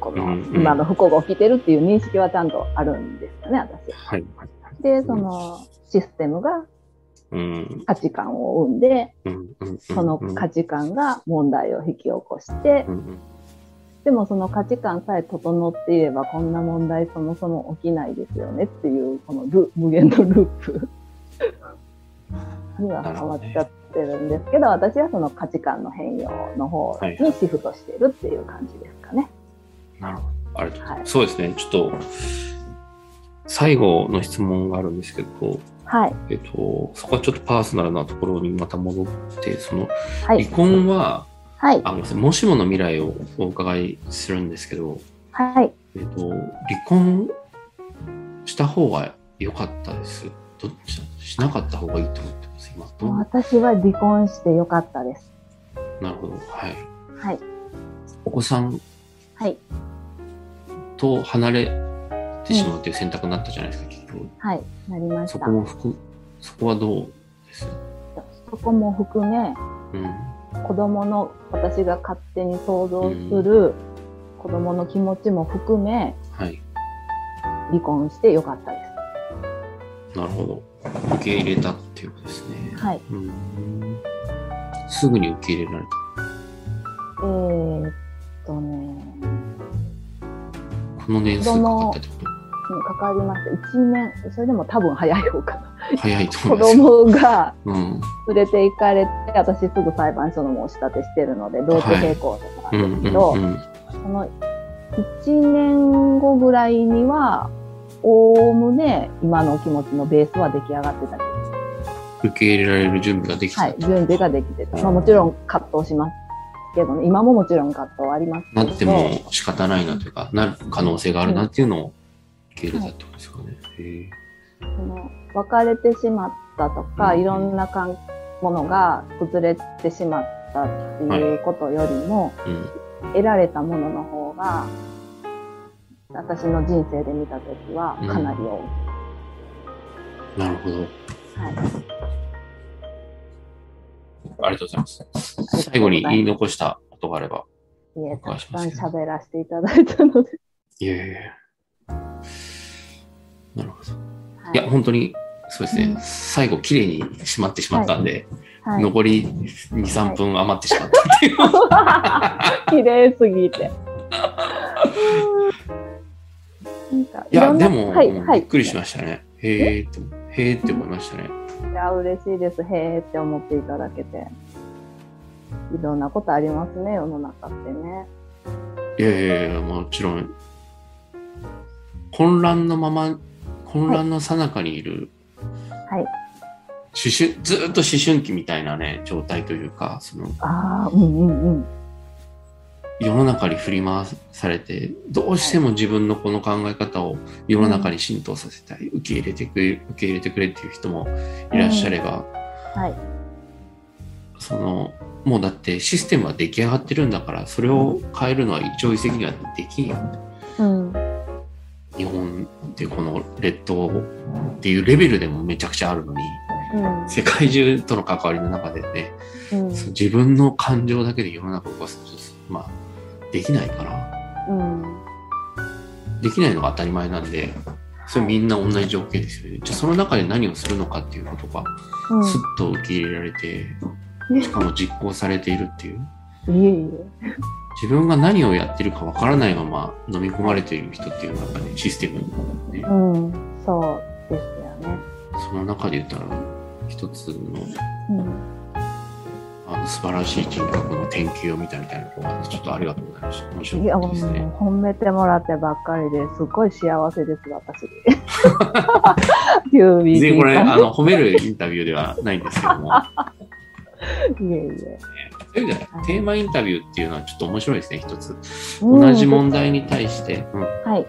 S2: こ
S1: う
S2: の
S1: んうん
S2: 今の不幸が起きてるっていう認識はちゃんとあるんですよね私。
S1: はいはい
S2: で、そのシステムが
S1: うん
S2: 価値観を生んで、
S1: うんうん
S2: その価値観が問題を引き起こして
S1: う、んうん
S2: でもその価値観さえ整っていればこんな問題そもそも起きないですよねっていう、このル無限のルー プには変わっちゃってるんですけど、私はその価値観の変容の方
S1: はい
S2: にシフトしてるっていう感じですかね。
S1: なるほど。ありがとうございます
S2: はい
S1: そうですね。ちょっと、最後の質問があるんですけど、
S2: はい。
S1: えっと、そこはちょっとパーソナルなところにまた戻って、その、
S2: は
S1: 離
S2: い。
S1: 婚は、
S2: はい。
S1: あ、ごめんなさい、もしもの未来をお伺いするんですけど、
S2: はい。
S1: えっと、離婚した方が良かったです。どっちしなかった方がいいと思ってます、今。どう
S2: 私は離婚してよかったです。
S1: なるほど。はい。
S2: はい。
S1: お子さん
S2: はい。
S1: と離れてしまうという選択になったじゃないですか、結局。
S2: はい。なりまし
S1: そ
S2: た
S1: こ。も含むそこはどうです
S2: そこも含め、
S1: うん。
S2: 子供の私が勝手に想像する子供の気持ちも含め
S1: はい。
S2: 離婚してよかったで
S1: なるほど。受け入れたっていうことですね
S2: す。。はい。
S1: うん。すぐに受け入れられ
S2: えー、っとね、
S1: た。この年数かかったってこと
S2: うんかかりました1年それでも多分早い方かな
S1: 早いと
S2: 子
S1: 思いますよ。
S2: 供が
S1: うん
S2: 連れて行かれて私すぐ裁判所の申し立てしてるので同時並行と
S1: う
S2: かな
S1: ん
S2: んです
S1: う
S2: けど、
S1: んうん
S2: その1年後ぐらいにはおおむね今のお気持ちのベースは出来上がってたけど
S1: 受け入れられる準備ができ
S2: は
S1: た
S2: い、準備ができてた、まあ、もちろん葛藤しますけど、ね、今ももちろん葛藤はありますけ
S1: な
S2: ど
S1: っても仕方ないなというか、なる可能性があるなっていうのを受け入れたってことですかね。へ
S2: その別れてしまったとか、
S1: うん
S2: いろんなかんものが崩れてしまったっていうことよりも、
S1: えうん
S2: 得られたものの方が私の人生で見た時はかなり多い、
S1: なるほど。
S2: はい、
S1: ありがとうございます。
S2: ます
S1: 最後に言い残したことがあれば。
S2: いえ
S1: お
S2: た
S1: 願い
S2: く
S1: し
S2: さ
S1: ます
S2: ん喋らせていただいたので、
S1: いやいやいや。なるほど。
S2: はい
S1: や、本当に、そうですね、
S2: うん
S1: 最後、綺麗に締まってしまったんで、
S2: はい、
S1: 残り2、3分余ってしまったっていう。
S2: 綺麗すぎ て。なんか
S1: いや、
S2: ろんな
S1: でも、
S2: はい、
S1: うん
S2: はい、
S1: びっくりしましたね。へえって、へえって思いましたね。
S2: いや、嬉しいです。へえって思っていただけて。いろんなことありますね、世の中ってね。
S1: いやいやいや、もちろん、混乱のまま、混乱の最中にいる、
S2: はい
S1: 思春ずーっと思春期みたいなね、状態というか、その、
S2: ああ、うんうんうん。
S1: 世の中に振り回されてどうしても自分のこの考え方を世の中に浸透させたい受け入れてくれ受け入れてくれっていう人もいらっしゃれば、
S2: はい。
S1: そのもうだってシステムは出来上がってるんだからそれを変えるのは一朝一夕にはできんよ
S2: うん。
S1: 日本ってこの列島っていうレベルでもめちゃくちゃあるのに世界中との関わりの中でね
S2: うん。
S1: そう自分の感情だけで世の中を動かすことまあできないから。
S2: うん。
S1: できないのが当たり前なんで、それみんな同じ条件ですよね。じゃあその中で何をするのかっていうことが、
S2: うん。
S1: すっと受け入れられて、
S2: うん
S1: しかも実行されているっていう。
S2: うん。いえい
S1: 自分が何をやってるかわからないまま飲み込まれている人っていうのはやっぱりシステムに、
S2: え。
S1: ね
S2: う、ん。そうですよね。
S1: その中で言ったら、一つの
S2: うん。
S1: あの素晴らしい人格の典型を見たみたいなところがあってちょっとありがとうございました。面白
S2: いや、
S1: かっ
S2: も
S1: た
S2: う
S1: ですね。
S2: 褒めてもらってばっかりですごい幸せです、 私。 ユーミン
S1: 全然
S2: さん
S1: これ、あの、褒めるインタビューではないんですけども。
S2: いえいえ。
S1: そういう意味ではテーマインタビューっていうのはちょっと面白いですね、一つ。
S2: うん
S1: 同じ問題に対して、うん、
S2: はい。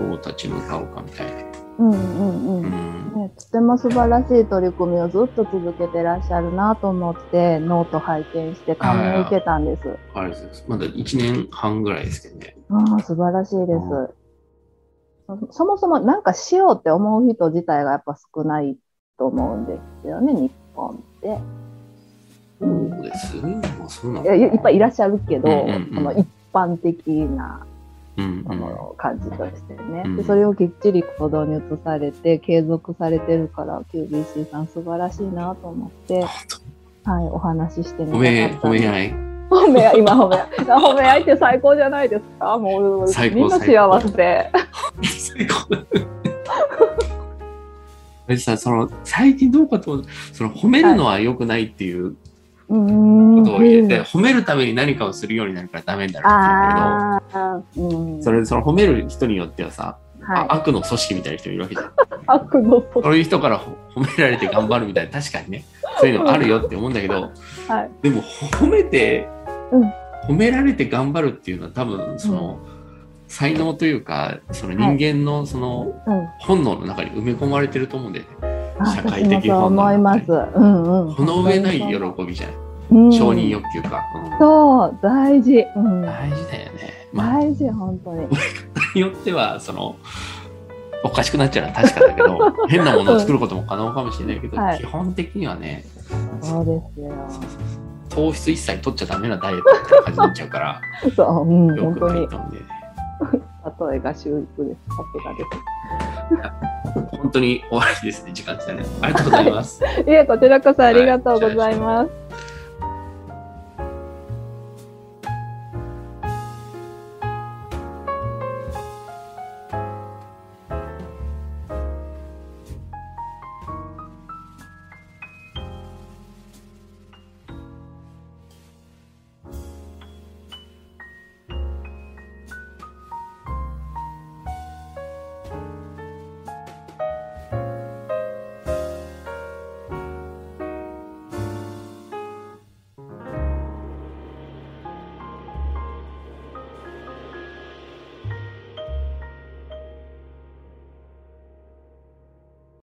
S1: どう立ち向かおうかみたいな。
S2: うんうんう。
S1: うんん、
S2: ね、とても素晴らしい取り組みをずっと続けてらっしゃるなと思って、ノート拝見して感銘受けたんです。
S1: あれです。まだ1年半ぐらいですけどね。
S2: ああ、素晴らしいです。そもそもなんかしようって思う人自体がやっぱ少ないと思うんですよね、日本って。うん
S1: そうです。まあ、そうない
S2: や
S1: の。
S2: いっぱいいらっしゃるけど、
S1: うんうんうん
S2: その一般的な
S1: うん、
S2: その感じとしてね、
S1: うん
S2: でそれをきっちり行動に移されて継続されてるから QBC さん素晴らしいなと思って、はい、お話ししてみ
S1: うん。褒め、
S2: たか
S1: 褒
S2: った
S1: め 合い。
S2: です褒め合い今褒め合い 褒め合いって最高じゃないですかもう
S1: 最高
S2: みんな
S1: 最高
S2: 幸せ
S1: 最高だ。でさその最近どうかと思うその褒めるのは良くないっていう
S2: う
S1: こ
S2: ん
S1: とを入れて、褒めるために何かをするようになるからダメになるっていう
S2: ああうん
S1: けどそれその褒める人によってはさ、
S2: はい
S1: あ悪の組織みたいな人もいるわけじゃん
S2: 悪のと
S1: そういう人からほ褒められて頑張るみたいな確かにねそういうのあるよって思うんだけど
S2: はい
S1: でも褒めて、
S2: うん
S1: 褒められて頑張るっていうのは多分その、才能というかその人間のその
S2: うん
S1: 本能の中に埋め込まれてると思うんで、
S2: あ
S1: 社会的
S2: 私もそう思いますうんうん
S1: この上ない喜びじゃない、
S2: うん
S1: 承認欲求か、うん
S2: そう大事うん
S1: 大事だよねまあ
S2: 大事本当に
S1: によってはそのおかしくなっちゃうのは確かだけ ど変なものを作ることも可能かもしれないけど、
S2: はい
S1: 基本的にはね
S2: そうですよ
S1: 糖質一切取っちゃダメなダイエットみたいな感じになっちゃうから
S2: そううん
S1: よ
S2: 本
S1: く
S2: 当
S1: な
S2: に
S1: いと思うんで
S2: 例えが秀逸ですさす
S1: 本当に終わりですね時間ですねありがとうございます
S2: がですいえこちらこそありがとうございます